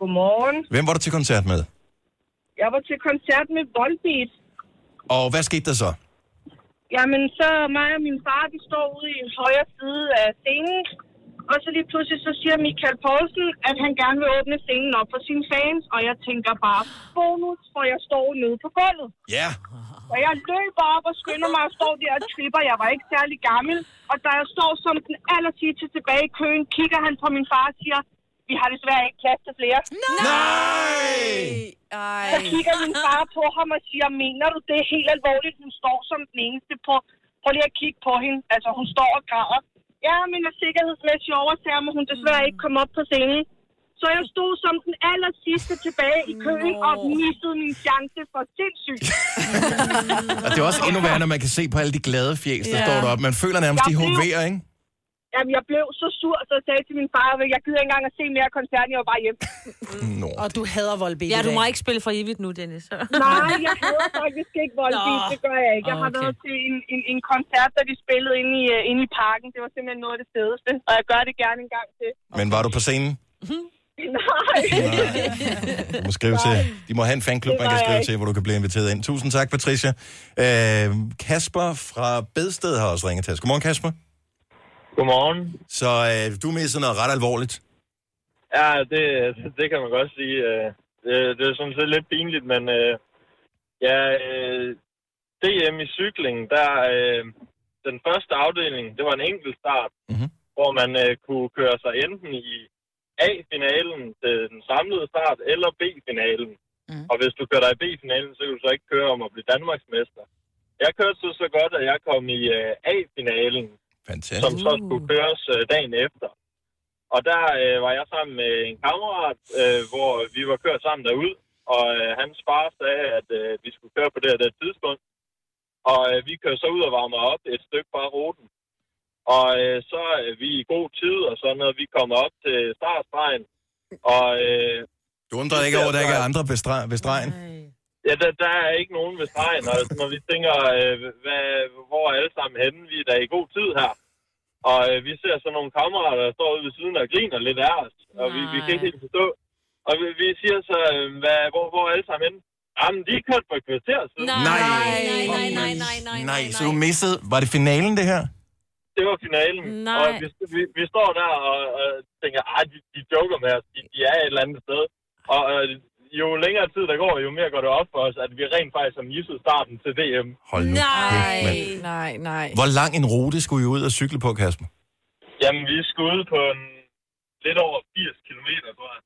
Speaker 13: Godmorgen.
Speaker 1: Hvem var du til koncert med?
Speaker 13: Jeg var til koncert med Volbeat.
Speaker 1: Og hvad skete der så?
Speaker 13: Jamen, så mig og min far, vi står ude i højre side af scenen. Og så lige pludselig, så siger Michael Poulsen, at han gerne vil åbne scenen op for sine fans. Og jeg tænker bare, bonus, for jeg står nede på gulvet.
Speaker 1: Ja.
Speaker 13: Og jeg løber op og skynder mig og står der og tripper. Jeg var ikke særlig gammel. Og da jeg står som den aller sidste tilbage i køen, kigger han på min far og siger, vi har desværre ikke plads til flere.
Speaker 1: Nej!
Speaker 13: Ej. Så kigger min far på ham og siger, mener du det er helt alvorligt? Hun står som den eneste på... Prøv lige at kigge på hende. Altså, hun står og græder. Ja, men af sikkerhedsmæssige årsager må hun desværre ikke komme op på scenen. Så jeg stod som den aller sidste tilbage i køen og missede min chance for sindssygt.
Speaker 1: Og det er også endnu værre, når man kan se på alle de glade fjæs, der
Speaker 13: Ja.
Speaker 1: står deroppe. Man føler nærmest, de
Speaker 13: Jeg blev-
Speaker 1: hoverer, ikke?
Speaker 13: Jamen, jeg blev så sur, så jeg sagde til min far, at jeg gider ikke engang at se mere af koncerten, jeg var bare hjemme.
Speaker 1: Nå.
Speaker 3: Og du hader Volbeat
Speaker 2: Ja,
Speaker 3: i
Speaker 2: du må
Speaker 3: dag.
Speaker 2: ikke spille for evigt nu, Dennis. Så.
Speaker 13: Nej, jeg hader faktisk ikke Volbeat,
Speaker 2: Nå.
Speaker 13: det gør jeg ikke. Jeg har
Speaker 2: Okay.
Speaker 13: været til en, en, en koncert, der de spillede inde i, øh, inde i parken. Det var simpelthen noget af det fedeste, og jeg gør det gerne en gang til.
Speaker 1: Men var du på scenen?
Speaker 13: Nej.
Speaker 1: Du må skrive til. De må have en fanklub,
Speaker 13: Det
Speaker 1: man kan
Speaker 13: var jeg
Speaker 1: skrive
Speaker 13: ikke.
Speaker 1: til, hvor du kan blive inviteret ind. Tusind tak, Patricia. Øh, Kasper fra Bedsted har også ringet til os. Godmorgen, Kasper.
Speaker 12: Godmorgen.
Speaker 1: Så øh, du missede noget ret alvorligt.
Speaker 12: Ja, det, det kan man godt sige. Øh, Det, det er sådan set lidt pinligt, men øh, ja, øh, DM i cykling, der øh, den første afdeling, det var en enkelt start,
Speaker 1: mm-hmm.
Speaker 12: hvor man øh, kunne køre sig enten i A-finalen til den samlede start, eller B-finalen. Mm. Og hvis du kører dig i B-finalen, så kan du så ikke køre om at blive Danmarksmester. Jeg kørte så, så godt, at jeg kom i øh, A-finalen,
Speaker 1: Fantastisk.
Speaker 12: som så skulle køres øh, dagen efter. Og der øh, var jeg sammen med en kammerat, øh, hvor vi var kørt sammen derud, og øh, hans far sagde, at øh, vi skulle køre på det her det her tidspunkt. Og øh, vi kørte så ud og varmer op et stykke fra ruten. Og øh, så er vi i god tid, og så når vi kommer op til startstregen, og... Øh,
Speaker 1: du undrer dig ikke over, at der ikke er andre ved stre- ved stregen?
Speaker 12: Ja, der, der er ikke nogen ved stregen, og når vi tænker, øh, hvad, hvor er alle sammen henne, vi er da i god tid her. Og øh, vi ser så nogle kammerater, der står ude ved siden og griner lidt af os, og vi, vi kan ikke helt forstå. Og vi, vi siger så, øh, hvad, hvor, hvor er alle sammen henne? Jamen, de er kørt for et kvarter siden.
Speaker 1: Nej.
Speaker 2: nej, nej, nej, nej, nej.
Speaker 1: Nej, så du missede... Var det finalen, det her?
Speaker 12: Det var finalen.
Speaker 2: Nej.
Speaker 12: Og vi, vi, vi står der og, og tænker, at de, de joker med os. De, de er et eller andet sted. Og øh, jo længere tid der går, jo mere går det op for os, at vi rent faktisk har misset starten til DM.
Speaker 1: Hold nu.
Speaker 4: Nej,
Speaker 1: kæft, mand.
Speaker 4: nej, nej.
Speaker 1: Hvor lang en rute skulle I ud og cykle på, Kasper?
Speaker 12: Jamen, vi skulle ud på en lidt over 80 km, tror jeg.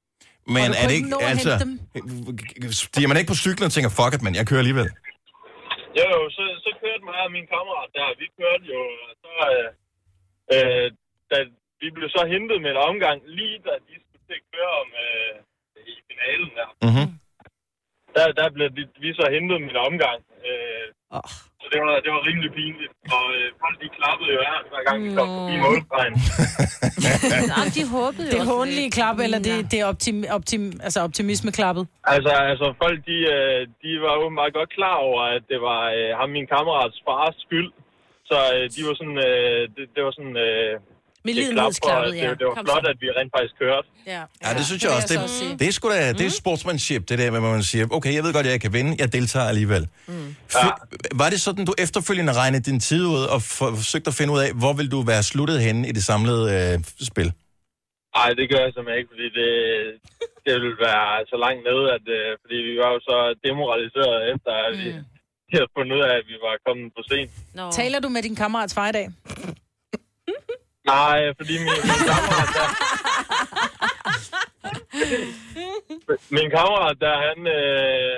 Speaker 1: Men er det ikke...
Speaker 12: nå at
Speaker 1: Altså,
Speaker 12: hente
Speaker 1: stiger man ikke på cyklen og tænker, fuck it, men jeg kører alligevel.
Speaker 12: Jo, jo, så, så kørte mig og min kammerat der. Vi kørte jo, og så... Øh, øh, da vi blev så hentet med en omgang, lige da de skulle til at køre om øh, i finalen der.
Speaker 1: Mm-hmm.
Speaker 12: Der, der blev vi, vi så hentet med en omgang. Øh,
Speaker 3: oh.
Speaker 12: Så det var, det var rimelig pinligt. Og øh, folk, de klappede jo her, hver gang vi kom forbi målstregen.
Speaker 2: Jamen, de håbede jo
Speaker 3: Det
Speaker 2: også
Speaker 3: håndelige
Speaker 2: lidt.
Speaker 3: klap, eller det, det er optim, optim, altså optimismeklappet.
Speaker 12: Altså, altså folk, de, øh, de var åbenbart godt klar over, at det var øh, ham, min kammerats fars skyld. Så øh, de var sådan, øh, det, det var sådan, øh, det klap, og det, det var flot, at vi rent faktisk kørte.
Speaker 3: Ja.
Speaker 1: Ja, det synes jeg Mm. også. Det, det, er sgu da, det er sportsmanship, det der, hvor man siger, okay, jeg ved godt, jeg kan vinde, jeg deltager alligevel. Mm. Var det sådan, du efterfølgende regnede din tid ud og for, forsøgte at finde ud af, hvor vil du være sluttet henne i det samlede øh, spil?
Speaker 12: Nej, det gør jeg simpelthen ikke, fordi det, det ville være så langt nede, at, øh, fordi vi var jo så demoraliseret efter, at vi mm. havde fundet ud af, at vi var kommet for sent.
Speaker 3: No. Taler du med din kammerats far i dag?
Speaker 12: Nej, fordi min, min kammerat, der... min kammerat, der han... Øh,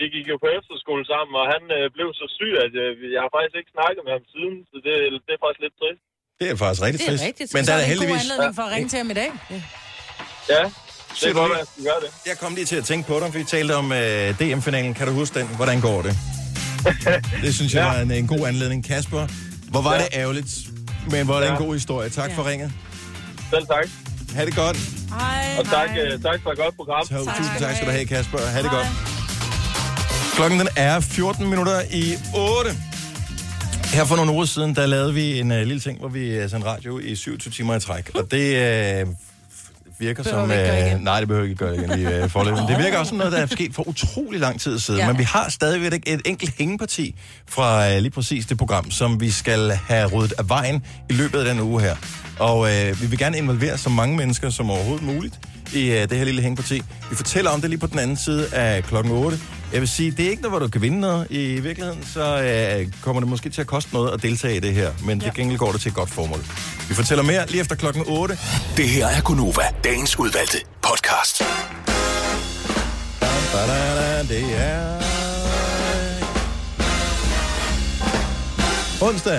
Speaker 12: vi gik jo på efterskole sammen, og han øh, blev så syg, at øh, jeg har faktisk ikke snakket med ham siden, så det, det er faktisk lidt trist.
Speaker 1: Det er faktisk rigtig
Speaker 3: Det er
Speaker 1: trist.
Speaker 3: rigtigt.
Speaker 1: Men
Speaker 3: Så
Speaker 1: der er
Speaker 3: det
Speaker 1: da
Speaker 3: en
Speaker 1: heldigvis...
Speaker 3: god anledning for at ringe til ham i dag. Ja.
Speaker 12: Ja,
Speaker 1: det er godt, at
Speaker 12: jeg gøre det.
Speaker 1: Jeg kom lige til at tænke på dig, for vi talte om øh, DM-finalen. Kan du huske den? Hvordan går det? Det synes jeg ja. var en, en god anledning. Kasper, hvor var ja.
Speaker 12: Ja.
Speaker 1: det ærgerligt, men hvor er det ja. en god historie. Tak ja. for ringet.
Speaker 12: Selv tak.
Speaker 1: Ha' det godt.
Speaker 12: Og tak, øh, tak for et godt program.
Speaker 1: Tak, Tusind tak skal du have, Kasper. Ha' det godt. Klokken den er 14 minutter i 8. Her for nogle uger siden, der lavede vi en uh, lille ting, hvor vi uh, sendte radio i 27 timer i træk. Og det uh, virker
Speaker 15: Behøver vi ikke gøre
Speaker 1: som...
Speaker 15: igen.
Speaker 1: Uh, nej, det behøver vi ikke gøre igen lige uh, forløbet. Men Det virker også som noget, der er sket for utrolig lang tid siden.
Speaker 15: Ja.
Speaker 1: Ja. Men vi har stadigvæk et, et enkelt hængeparti fra uh, lige præcis det program, som vi skal have ryddet af vejen i løbet af den uge her. Og uh, vi vil gerne involvere så mange mennesker som overhovedet muligt i uh, det her lille hængeparti. Vi fortæller om det lige på den anden side af klokken 8. Jeg vil sige, det er ikke noget, hvor du kan vinde noget. I virkeligheden, så øh, kommer det måske til at koste noget at deltage i det her. Men ja. det gengæld går det til et godt formål. Vi fortæller mere lige efter klokken 8.
Speaker 9: Det her er Gunova, dagens udvalgte podcast.
Speaker 1: Da-da-da, det er... Onsdag.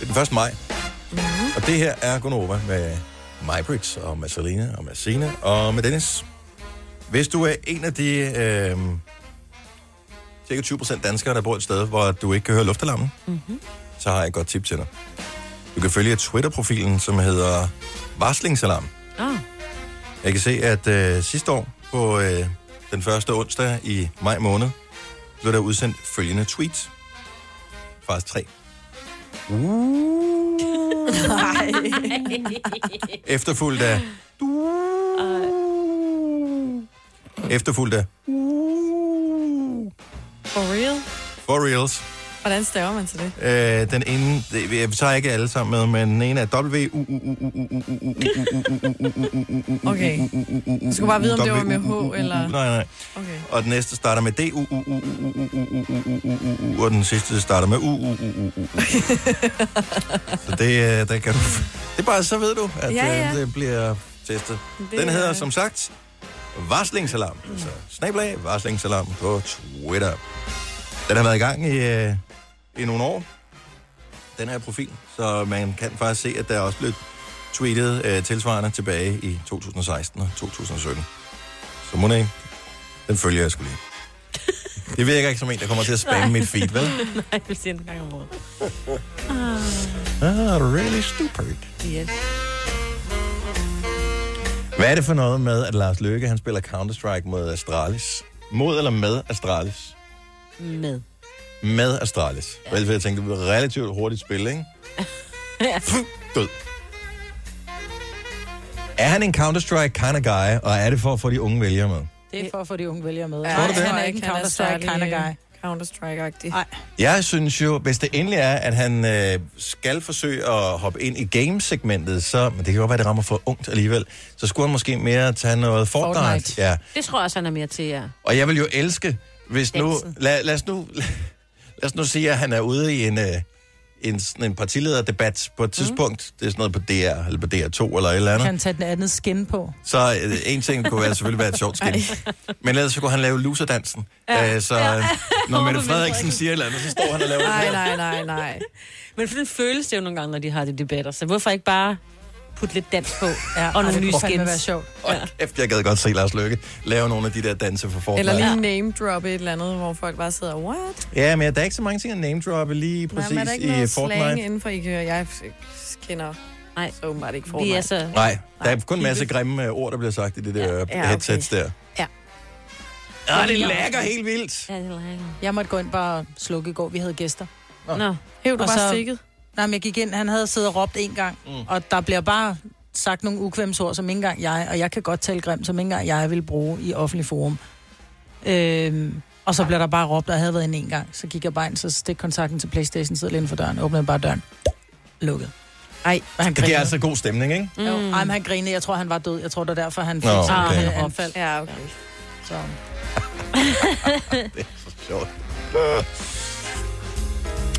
Speaker 1: Det er den 1. maj. Mm-hmm. Og det her er Gonova med Mybridge og med Selina og med Sina og med Dennis. Hvis du er en af de øh, cirka 20% danskere, der bor et sted, hvor du ikke kan høre luftalarmen,
Speaker 15: Mhm.
Speaker 1: mm-hmm. så har jeg et godt tip til dig. Du kan følge Twitter-profilen, som hedder Varslingsalarm.
Speaker 2: Ah.
Speaker 1: Jeg kan se, at øh, sidste år på øh, den første onsdag i maj måned, blev der udsendt følgende tweets. Faktisk tre. Efterfulgt af... Efterfulgt af...
Speaker 4: For real?
Speaker 1: For reals.
Speaker 4: Hvordan staver man til det?
Speaker 1: Øh, den ene, det, jeg tager ikke alle sammen med, men den ene er W, U, U, U, U, U, U, U, U,
Speaker 4: Okay. Du skal bare vide, om det var med H eller...
Speaker 1: Nej, nej.
Speaker 4: Okay.
Speaker 1: Og den næste starter med D, U, U, U, U, U, U, U, U, U, U, U, U, og den sidste starter med U, U, U, U, U, U. Så det, øh, der kan du... Det er bare, så ved du, at
Speaker 15: Ja, ja.
Speaker 1: øh, det bliver testet.
Speaker 15: Det
Speaker 1: Den hedder
Speaker 15: er-
Speaker 1: som sagt Varslingsalarm. Altså snablag Varslingsalarm på Twitter. Den har været i gang i, øh, i nogle år, den her profil, så man kan faktisk se, at der også blev tweetet øh, tilsvarende tilbage i 2016 og 2017. Så må ikke. Den følger jeg skulle lige. Det virker ikke som en, der kommer til at spamme mit feed, vel?
Speaker 2: Nej, jeg vil sige en gang om året.
Speaker 1: Ah, really stupid.
Speaker 2: Yes.
Speaker 1: Hvad er det for noget med, at Lars Løkke, han spiller Counter-Strike mod Astralis? Mod eller med Astralis?
Speaker 2: Med.
Speaker 1: Med Astralis. Ja. Vel, jeg tænkte, det blev et relativt hurtigt spil, ikke? Død. Er han en Counter-Strike kind of guy, og er det for at få de unge vælgere med?
Speaker 3: Det er for at få de unge vælgere med.
Speaker 4: Tror du det?
Speaker 3: Han er øh, ikke en Counter-Strike kind of guy.
Speaker 4: Counter-Strike-agtig.
Speaker 3: Nej.
Speaker 1: Jeg synes jo, hvis det endelig er, at han øh, skal forsøge at hoppe ind i gamesegmentet, så, men det kan godt være, det rammer for ungt alligevel, så skulle han måske mere tage noget Fortnite. Fortnite. Ja.
Speaker 2: Det tror jeg også, han er mere til, ja.
Speaker 1: Og jeg vil jo elske, hvis nu...
Speaker 2: Dansen.
Speaker 1: Lad, lad, os nu lad os nu sige, at han er ude i en, øh, en, sådan en partilederdebat på et tidspunkt. Mm. Det er sådan noget på DR, eller på DR2, eller et eller andet.
Speaker 3: Kan han tage den andet skin på?
Speaker 1: Så øh, en ting kunne være, selvfølgelig være et sjovt skin. Men ellers så kunne han lave luserdansen.
Speaker 2: Ja.
Speaker 1: Ja. Øh, så
Speaker 2: Ja.
Speaker 1: ja. når Mette
Speaker 2: Mette
Speaker 1: Frederiksen siger et eller andet, så står han og laver
Speaker 2: Nej,
Speaker 1: det.
Speaker 2: nej, nej, nej. Men for den føles det jo nogle gange, når de har de debatter. Så hvorfor ikke bare putte lidt dans på ja, og nogle
Speaker 1: det
Speaker 2: nye
Speaker 1: kunne
Speaker 2: skins?
Speaker 1: fandme være
Speaker 3: sjovt.
Speaker 1: Og kæft, jeg gad godt se Lars Løkke lave nogle af de der danse for Fortnite.
Speaker 4: Eller lige name-droppe et eller andet, hvor folk bare sidder, what?
Speaker 1: Ja, men der er ikke så mange ting at name-droppe lige præcis
Speaker 4: Nej, men er der ikke
Speaker 1: i
Speaker 4: noget slang
Speaker 1: Fortnite.
Speaker 4: inden for, I kan høre? Jeg f- kender Nej. så åbenbart ikke Fortnite.
Speaker 2: er
Speaker 3: altså-
Speaker 2: så-
Speaker 1: Nej, der er kun en masse grimme øh, ord, der bliver sagt i det der ja,
Speaker 4: ja, okay.
Speaker 1: headsets der. Ja, det lakker helt vildt.
Speaker 2: Ja, det lakker.
Speaker 3: Jeg måtte gå ind bare og slukke i går. Vi havde gæster.
Speaker 1: Nå.
Speaker 2: Nå.
Speaker 4: Hæv du
Speaker 3: Og
Speaker 4: bare
Speaker 3: så-
Speaker 4: stikket?
Speaker 3: Nej, men jeg gik ind, han havde siddet og råbt en gang, mm. og der bliver bare sagt nogle ukvemsord, som ikke engang jeg, og jeg kan godt tale grimt, som ikke engang jeg vil bruge i offentlig forum. Øhm, og så bliver der bare råbt, og jeg havde været inde en gang. Så gik jeg bare ind, så stik kontakten til Playstation, sidder lige inden for døren, åbnede bare døren. Lukket. Ej, og han
Speaker 1: Det giver
Speaker 3: grinede.
Speaker 1: altså god stemning, ikke?
Speaker 3: Mm. Jo. Ej, men han grinede. Jeg tror, han var død. Jeg tror, det var derfor, han fik
Speaker 1: Nå,
Speaker 3: sådan
Speaker 1: okay.
Speaker 3: et øh, anfald. Ja, okay. Så.
Speaker 1: Sjovt.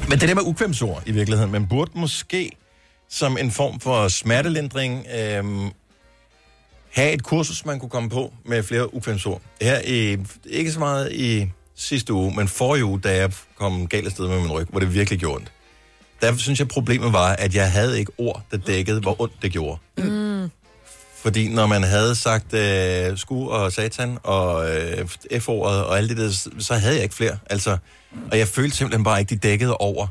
Speaker 1: Men det der med ukvemsord i virkeligheden, man burde måske som en form for smertelindring øhm, have et kursus, man kunne komme på med flere ukvemsord. Her i, ikke så meget i sidste uge, men forrige uge, da jeg kom galt afsted med min ryg, hvor det virkelig gjorde ondt. Der synes jeg, problemet var, at jeg havde ikke ord, der dækkede, hvor ondt det gjorde.
Speaker 15: Mm.
Speaker 1: Fordi når man havde sagt øh, sku og satan og øh, F-ordet og alt det der, så havde jeg ikke flere. Altså, og jeg følte simpelthen bare ikke, de dækkede over,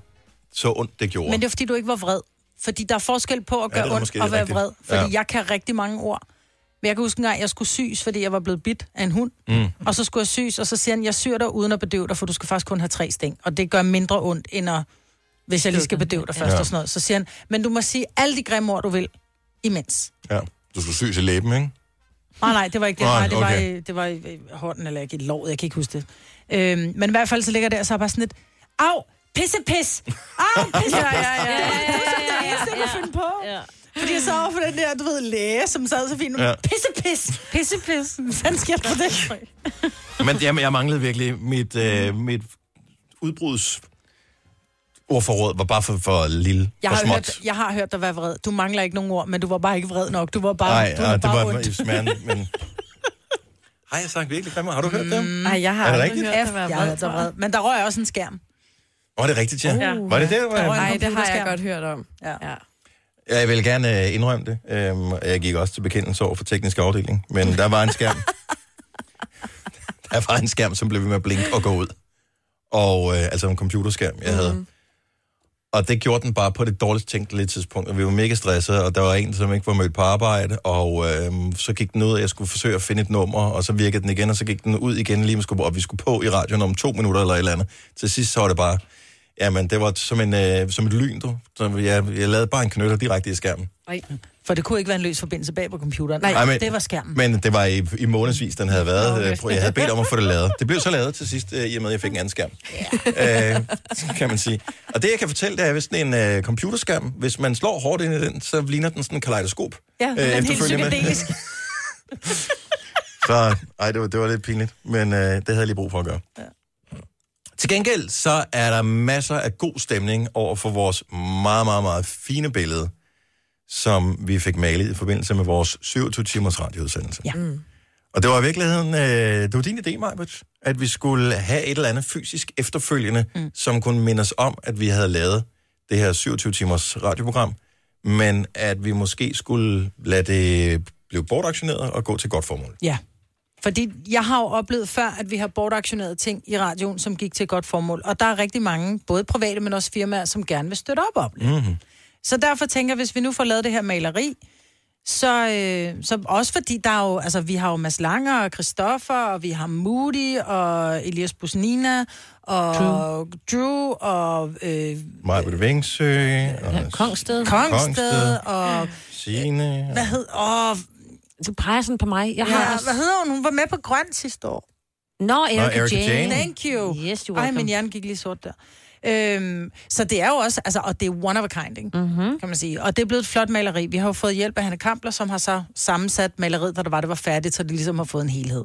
Speaker 1: så ondt det gjorde.
Speaker 3: Men det er, fordi du ikke var vred. Fordi der er forskel på at
Speaker 1: Ja,
Speaker 3: gøre
Speaker 1: det
Speaker 3: ja,
Speaker 1: er
Speaker 3: ondt
Speaker 1: måske
Speaker 3: og være
Speaker 1: rigtigt.
Speaker 3: vred. Fordi
Speaker 1: Ja.
Speaker 3: ja. jeg kan rigtig mange ord. Men jeg kan huske en gang, jeg skulle syes, fordi jeg var blevet bidt af en hund.
Speaker 1: Mm.
Speaker 3: Og så skulle jeg syes, og så siger han, jeg syr dig uden at bedøve dig, for du skal faktisk kun have tre sting. Og det gør mindre ondt, end at, hvis jeg lige skal bedøve dig først
Speaker 1: Ja.
Speaker 3: ja. og sådan noget. Så siger han, men du må sige alle de grimme ord, du vil, imens.
Speaker 1: Ja. Du skulle syes i læben, ikke?
Speaker 3: Nej, nej, det var ikke det.
Speaker 1: Nej,
Speaker 3: Nej, det, var,
Speaker 1: okay.
Speaker 3: i, det var i, i hånden eller ikke i låret, jeg kan ikke huske det. Øhm, men i hvert fald så ligger der, så er jeg bare sådan lidt, au, pisse, pis! Au, pisse,
Speaker 5: Ja,
Speaker 3: pis!
Speaker 5: ja, ja, ja,
Speaker 3: Det var sådan, det
Speaker 5: ja, ja,
Speaker 3: eneste, jeg
Speaker 5: ja.
Speaker 3: kunne finde på. Fordi jeg så over for den der, du ved, læge, som sad så fint.
Speaker 1: Ja.
Speaker 3: Ja. Pisse, pis! Pisse, pis! Hvad sker der for det?
Speaker 1: Men jamen, jeg manglede virkelig mit, øh, mit udbruds ordforråd var bare for, for lille,
Speaker 3: Jeg
Speaker 1: for
Speaker 3: har,
Speaker 1: småt.
Speaker 3: hørt, jeg har hørt dig være vred. Du mangler ikke nogen ord, men du var bare ikke vred nok. Du var bare,
Speaker 1: Nej,
Speaker 3: du
Speaker 1: nej, det
Speaker 3: bare
Speaker 1: var i smerten, men... Har jeg sagt virkelig grimme? Har du hørt dem?
Speaker 3: Nej, jeg
Speaker 1: har Mm. Er det aldrig rigtigt? hørt dig
Speaker 3: F,
Speaker 1: være
Speaker 3: jeg
Speaker 1: vred,
Speaker 3: har hørt dig vred. Men der røg også en skærm.
Speaker 1: Var det er rigtigt, ja?
Speaker 3: Uh.
Speaker 1: var det det, var
Speaker 4: Nej, det har jeg
Speaker 3: computerskærm.
Speaker 4: godt hørt om.
Speaker 3: Ja.
Speaker 4: ja.
Speaker 1: Ja, Jeg vil gerne øh, indrømme det. Øhm, og Jeg gik også til bekendelse over for teknisk afdeling, men der var en skærm. der var en skærm, som blev ved med at blinke og gå ud. Og øh, altså en computerskærm, jeg havde. Og det gjorde den bare på det dårligst tænkelige tidspunkt, og vi var mega stressede, og der var en, som ikke var mødt på arbejde, og øh, så gik den ud, og jeg skulle forsøge at finde et nummer, og så virkede den igen, og så gik den ud igen, lige man skulle, og vi skulle på i radioen om to minutter eller et eller andet. Til sidst så var det bare, jamen det var som, en, øh, som et lyn, du. Så jeg, jeg lavede bare en knytter direkte i skærmen.
Speaker 3: Nej. For det kunne ikke være en løs forbindelse bag på computeren.
Speaker 1: Ej,
Speaker 3: Nej,
Speaker 1: men-
Speaker 3: det var skærmen.
Speaker 1: Men det var i, i månedsvis, den havde været. Okay. Jeg havde bedt om at få det lavet. Det blev så lavet til sidst, øh, i og med, at jeg fik en anden skærm. Yeah. Øh, kan man sige. Og det, jeg kan fortælle, det er, hvis sådan en øh, computerskærm, hvis man slår hårdt ind i den, så ligner den sådan en kaleidoskop.
Speaker 3: Ja, den er helt
Speaker 1: efterfølgende.
Speaker 3: psykedelisk.
Speaker 1: så ej, det, var, det var lidt pinligt, men øh, det havde jeg lige brug for at gøre. Ja. Til gengæld, så er der masser af god stemning over for vores meget, meget, meget fine billede, som vi fik malet i forbindelse med vores 27-timers radioudsendelse.
Speaker 3: Ja.
Speaker 1: Mm. Og det var i virkeligheden, øh, det var din idé, Majbert, at vi skulle have et eller andet fysisk efterfølgende, mm. som kunne minde os om, at vi havde lavet det her 27-timers radioprogram, men at vi måske skulle lade det blive bortaktioneret og gå til godt formål.
Speaker 3: Ja. Fordi jeg har jo oplevet før, at vi har bortaktioneret ting i radioen, som gik til et godt formål. Og der er rigtig mange, både private, men også firmaer, som gerne vil støtte op om det.
Speaker 1: Mm-hmm.
Speaker 3: Så derfor tænker jeg, hvis vi nu får lavet det her maleri, så, øh, så også fordi der er jo, altså vi har jo Mads Langer og Christoffer, og vi har Moody og Elias Busnina og Drew, Drew og øh,
Speaker 1: Majbert Vingsø og
Speaker 2: Kongsted.
Speaker 1: Kongsted.
Speaker 3: Kongsted og
Speaker 1: Signe.
Speaker 3: hvad hed, åh,
Speaker 2: Du peger sådan på mig. Jeg har
Speaker 3: Ja,
Speaker 2: også...
Speaker 3: hvad hedder hun? Hun var med på Grøn sidste år.
Speaker 2: Nå, Erika,
Speaker 1: Erika
Speaker 2: Jane.
Speaker 1: Jane.
Speaker 3: Thank you.
Speaker 2: Yes, you're
Speaker 3: Ej,
Speaker 2: welcome.
Speaker 3: min hjerne gik lige sort der. Øhm, så det er jo også, altså, og det er one of a kind, ikke? Mm-hmm. kan man sige. Og det er blevet et flot maleri. Vi har jo fået hjælp af Hanne Kampler, som har så sammensat maleriet, da det var, det var færdigt, så det ligesom har fået en helhed.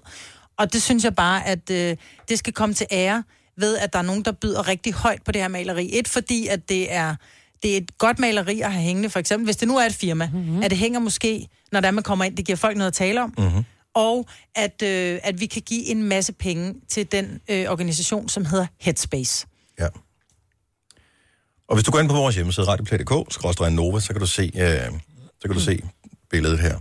Speaker 3: Og det synes jeg bare, at øh, det skal komme til ære ved, at der er nogen, der byder rigtig højt på det her maleri. Et, fordi at det er, det er et godt maleri at have hængende. For eksempel, hvis det nu er et firma, mm-hmm. at det hænger måske, når der man kommer ind, det giver folk noget at tale om.
Speaker 5: Mhm.
Speaker 3: Og at, øh, at vi kan give en masse penge til den øh, organisation, som hedder Headspace.
Speaker 1: Ja. Og hvis du går ind på vores hjemmeside, radioplay.dk, Nova, så kan du se, øh, så kan du se billedet her.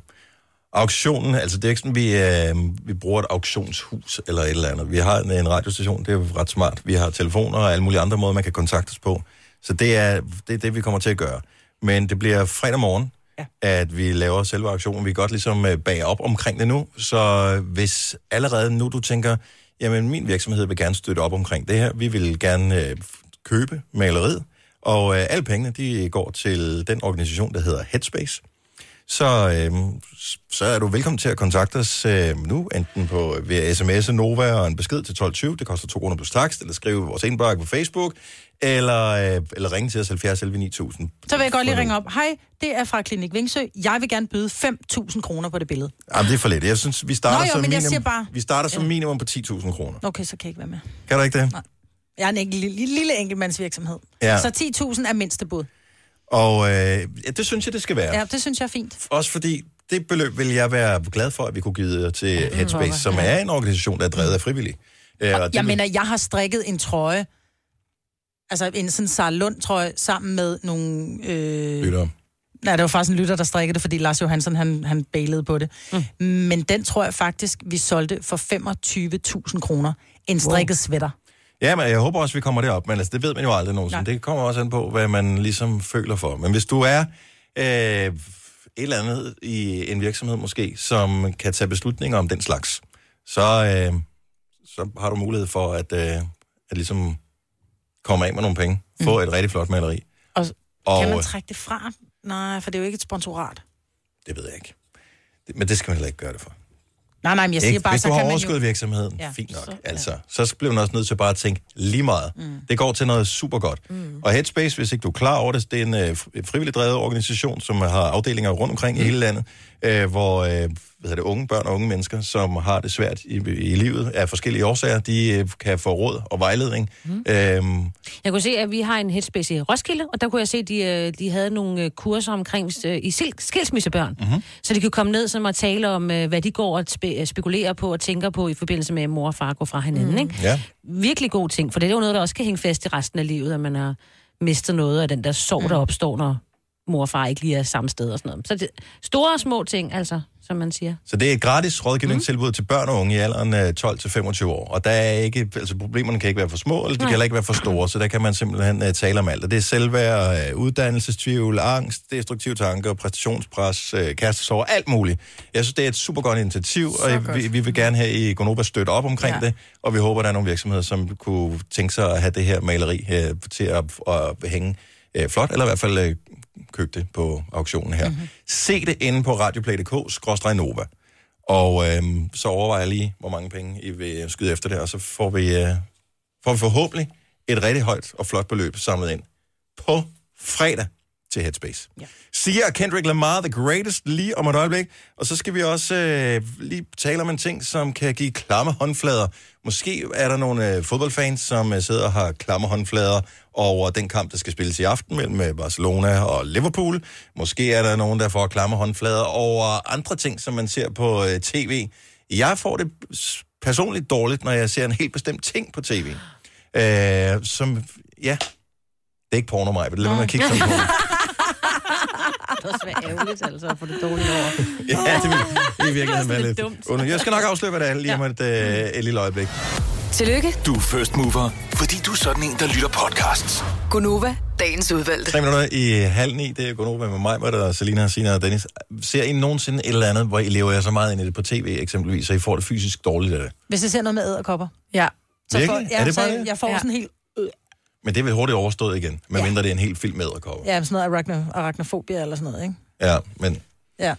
Speaker 1: Auktionen, altså det er ikke sådan, vi, øh, vi bruger et auktionshus eller et eller andet. Vi har en, en radiostation, det er jo ret smart. Vi har telefoner og alle mulige andre måder, man kan kontakte os på. Så det er det, er det vi kommer til at gøre. Men det bliver fredag morgen, ja. at vi laver selve auktionen. Vi kan godt ligesom øh, bage op omkring det nu. Så øh, hvis allerede nu du tænker, jamen min virksomhed vil gerne støtte op omkring det her. Vi vil gerne øh, købe maleriet, Og øh, alle pengene, de går til den organisation, der hedder Headspace. Så, øh, så er du velkommen til at kontakte os øh, nu, enten på, øh, via sms'e Nova og en besked til 1220, det koster 2 kroner plus takst, eller skrive vores indbakke på Facebook, eller, øh, eller ringe til os 70 11 9000.
Speaker 3: Så vil jeg godt lige ringe op. Hej, det er fra Klinik Vingsø. Jeg vil gerne byde 5.000 kroner på det billede.
Speaker 1: Jamen, det er for lidt. Jeg synes, vi starter,
Speaker 3: Nå jo,
Speaker 1: som,
Speaker 3: men jeg
Speaker 1: minimum,
Speaker 3: siger bare-
Speaker 1: vi starter som minimum på 10.000 kroner.
Speaker 3: Okay, så kan jeg ikke være med.
Speaker 1: Kan du ikke det?
Speaker 3: Nej. Jeg er en enkelt, lille, lille enkeltmandsvirksomhed.
Speaker 1: Ja.
Speaker 3: Så 10.000 er mindste bud.
Speaker 1: Og øh, ja, det synes jeg, det skal være.
Speaker 3: Ja. ja, det synes jeg er fint.
Speaker 1: Også fordi det beløb vil jeg være glad for, at vi kunne give til Headspace,
Speaker 3: hvorfor?
Speaker 1: som er en organisation, der er drevet af frivillige. Øh, og det
Speaker 3: Jeg
Speaker 1: vil-
Speaker 3: mener, jeg har strikket en trøje, altså en sådan Sarah Lund trøje, sammen med nogle... Øh...
Speaker 1: Lyttere.
Speaker 3: Nej, det var faktisk en lytter, der strikkede det, fordi Lars Johansson, han, han bailede på det. Mm. Men den tror jeg faktisk, vi solgte for 25.000 kroner. En strikket wow. sweater.
Speaker 1: Ja, men jeg håber også, vi kommer derop, men altså, det ved man jo aldrig nogensinde. Nej. Det kommer også an på, hvad man ligesom føler for. Men hvis du er øh, et eller andet i en virksomhed måske, som kan tage beslutninger om den slags, så, øh, så har du mulighed for at, øh, at ligesom komme af med nogle penge. Få et rigtig flot maleri.
Speaker 3: Mm. Og,
Speaker 1: Og-
Speaker 3: og kan man trække det fra? Nej, for det er jo ikke et sponsorat.
Speaker 1: øh, Det ved jeg ikke. Det- Men det skal man heller ikke gøre det for.
Speaker 3: Nej, nej, men jeg siger
Speaker 1: ikke?
Speaker 3: bare,
Speaker 1: Hvis
Speaker 3: så
Speaker 1: du har
Speaker 3: kan man
Speaker 1: overskud i
Speaker 3: jo...
Speaker 1: virksomheden, ja,
Speaker 3: Ja,
Speaker 1: fint nok. Så,
Speaker 3: så-
Speaker 1: altså, så bliver man også nødt til bare at tænke lige meget. Mm. Det går til noget super godt. Mm. Og Headspace, hvis ikke du er klar over det, det er en øh, fri- frivilligt drevet organisation, som har afdelinger rundt omkring mm. i hele landet, øh, hvor øh, hvad hedder det, unge børn og unge mennesker, som har det svært i, i livet af forskellige årsager, de øh, kan få råd og vejledning. Mm. Øhm,
Speaker 2: Jeg kunne se, at vi har en headspace i Roskilde, og der kunne jeg se, at de, øh, de havde nogle øh, kurser omkring øh, i sil- skilsmissebørn. Mm-hmm. Så de kan komme ned som og tale om, øh, hvad de går og spe- øh, spekulerer på og tænker på i forbindelse med, at mor og far går fra hinanden. Mm. Ikke?
Speaker 1: ja.
Speaker 2: Virkelig god ting, for det er jo noget, der også kan hænge fast i resten af livet, at man har mistet noget af den der sorg, der opstår, når mor og far ikke lige er samme sted og sådan noget. Så det, store og små ting, altså, som man siger.
Speaker 1: Så det er et gratis rådgivningstilbud mm. til børn og unge i alderen øh, 12-25 år. Og der er ikke, altså problemerne kan ikke være for små, eller de kan
Speaker 2: Nej.
Speaker 1: heller ikke være for store, så der kan man simpelthen øh, tale om alt. Og det er selvværd, øh, uddannelsestvivl, angst, destruktive tanker, præstationspres, øh, kærestesorg, alt muligt. Jeg synes, det er et super godt initiativ, og øh, vi, vi vil gerne her i Gonova støtte op omkring ja. det, og vi håber, der er nogle virksomheder, som kunne tænke sig at have det her maleri øh, til at, at hænge øh, flot, eller i hvert fald øh, købe det på auktionen her. Mm-hmm. Se det inde på radioplay.dk-nova. Og øhm, så overvejer jeg lige, hvor mange penge I vil skyde efter det, og så får vi, øh, får vi forhåbentlig et rigtig højt og flot beløb samlet ind på fredag til Headspace. Ja. Sia og Kendrick Lamar, The Greatest, lige om et øjeblik. Og så skal vi også øh, lige tale om en ting, som kan give klamme håndflader. Måske er der nogle øh, fodboldfans, som øh, sidder og har klamme håndflader over den kamp, der skal spilles i aften mellem øh, Barcelona og Liverpool. Måske er der nogen, der får klamme håndflader over andre ting, som man ser på øh, tv. Jeg får det s- personligt dårligt, når jeg ser en helt bestemt ting på tv. Øh, som, ja, det er ikke porno mig, men lad være med at kigge sådan på.
Speaker 2: Det er også være ærgerligt, altså, at få det dårligt over.
Speaker 1: Ja, det vil i virkeligheden være
Speaker 2: lidt
Speaker 1: lidt
Speaker 2: dumt.
Speaker 1: under. Jeg skal nok afsløre, hvad det er lige om et, øh, et lille øjeblik.
Speaker 8: Tillykke,
Speaker 9: Du er first mover, fordi du er sådan en, der lytter podcasts.
Speaker 8: Gunova, dagens udvalgte.
Speaker 1: Tre minutter i halv ni, det er Gunova med mig, hvor der Selina, Sina og Dennis. Ser I nogensinde et eller andet, hvor I lever jer så meget ind i det på tv eksempelvis, så I får det fysisk dårligt af det?
Speaker 3: Hvis jeg ser noget med æderkopper.
Speaker 4: Ja.
Speaker 3: Så får,
Speaker 1: Virkelig?
Speaker 3: ja,
Speaker 1: Er det
Speaker 3: så
Speaker 1: bare det?
Speaker 3: jeg får ja. sådan helt...
Speaker 1: Men det er vel hurtigt overstået igen, medmindre det er en helt film med æderkopper.
Speaker 3: Ja, sådan noget arachno, arachnofobia eller sådan noget, ikke?
Speaker 1: Ja, men,
Speaker 3: Ja.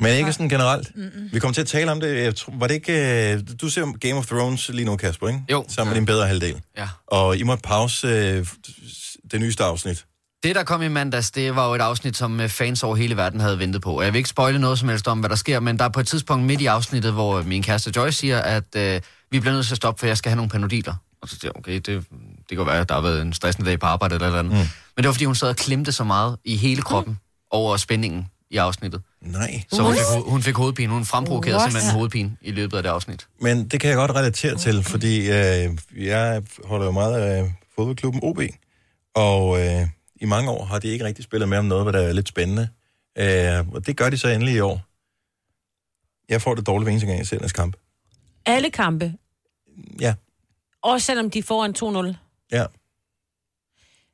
Speaker 1: men ikke sådan generelt. Mm-mm. Vi kommer til at tale om det. Jeg tror, var det ikke, øh, du ser Game of Thrones lige nu, Kasper, ikke? Jo. Sammen med din bedre halvdel.
Speaker 11: Ja.
Speaker 1: Og I må pause øh, det nyeste afsnit.
Speaker 11: Det, der kom i mandags, det var jo et afsnit, som øh, fans over hele verden havde ventet på. Og Jeg vil ikke spoile noget som helst om, hvad der sker, men der er på et tidspunkt midt i afsnittet, hvor øh, min kæreste Joyce siger, at øh, vi bliver nødt til at stoppe, for jeg skal have nogle panodiler. Og så siger jeg, okay, det, det kan være, at der har været en stressende dag på arbejde eller et eller andet. Mm. Men det var, fordi hun sad og klemte så meget i hele kroppen mm. over spændingen i afsnittet.
Speaker 1: Nej.
Speaker 11: Så hun
Speaker 1: What?
Speaker 11: fik, ho- hun fik hovedpine. Hun fremprovokerede
Speaker 1: What?
Speaker 11: simpelthen hovedpine i løbet af det afsnit.
Speaker 1: Men det kan jeg godt relatere til, fordi øh, jeg holder jo meget af øh, fodboldklubben OB, og øh, i mange år har de ikke rigtig spillet med om noget, hvad der er lidt spændende. Øh, og det gør de så endelig i år. Jeg får det dårligt hver eneste gang, jeg ser deres kamp.
Speaker 2: Alle kampe.
Speaker 1: Ja.
Speaker 2: Også selvom de får en 2-0.
Speaker 1: Ja.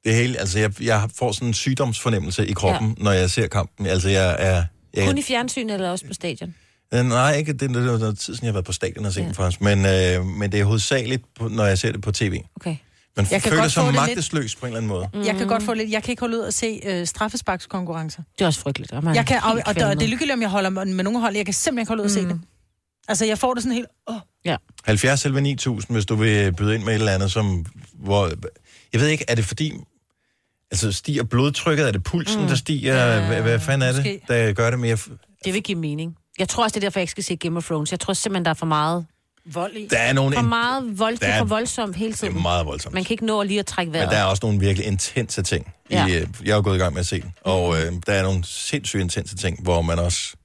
Speaker 1: Det hele, altså jeg, jeg får sådan en sygdomsfornemmelse i kroppen, ja. når jeg ser kampen. Altså jeg er... Jeg,
Speaker 2: Kun i fjernsyn eller også på stadion?
Speaker 1: Øh, Nej, ikke. Det, det, det er noget tid siden, jeg har været på stadion og set ja. faktisk. Men, øh, men det er hovedsageligt, på, når jeg ser det på tv.
Speaker 2: Okay.
Speaker 1: Man
Speaker 3: Jeg kan
Speaker 1: føler
Speaker 3: godt
Speaker 1: sig
Speaker 3: få det lidt-
Speaker 1: magtesløs på en eller anden måde.
Speaker 3: Mm. Jeg kan godt få lidt, jeg kan ikke holde ud at se øh, straffesparkskonkurrencer.
Speaker 2: Det er også frygteligt. Og man
Speaker 3: Jeg kan,
Speaker 2: er
Speaker 3: og,
Speaker 2: helt Mm.
Speaker 3: og, og det er
Speaker 2: kvalmet.
Speaker 3: lykkeligt, om jeg holder med med nogle hold. Jeg kan simpelthen ikke holde ud at se det. Altså, jeg får det sådan helt... Åh,
Speaker 1: 70 selv 9000, hvis du vil byde ind med et eller andet, som... Hvor, jeg ved ikke, er det fordi... Altså, stiger blodtrykket? Er det pulsen, mm. der stiger? Ja, hvad, hvad fanden er det,
Speaker 2: måske.
Speaker 1: der gør det mere...
Speaker 2: Det vil give mening. Jeg tror også, det er derfor, jeg ikke skal se Game of Thrones. Jeg tror simpelthen, der er for meget...
Speaker 3: Vold i.
Speaker 1: Der er nogle...
Speaker 2: For meget vold, det
Speaker 1: Der
Speaker 2: er
Speaker 1: er-
Speaker 2: for voldsomt hele tiden.
Speaker 1: Det er meget voldsomt.
Speaker 2: Man kan ikke nå lige at trække vejret.
Speaker 1: Men der er også nogle virkelig intense ting.
Speaker 2: Ja.
Speaker 1: Ja. I, øh, jeg er jo gået i gang med at se den. Og øh, der er nogle sindssygt intense ting, hvor man også...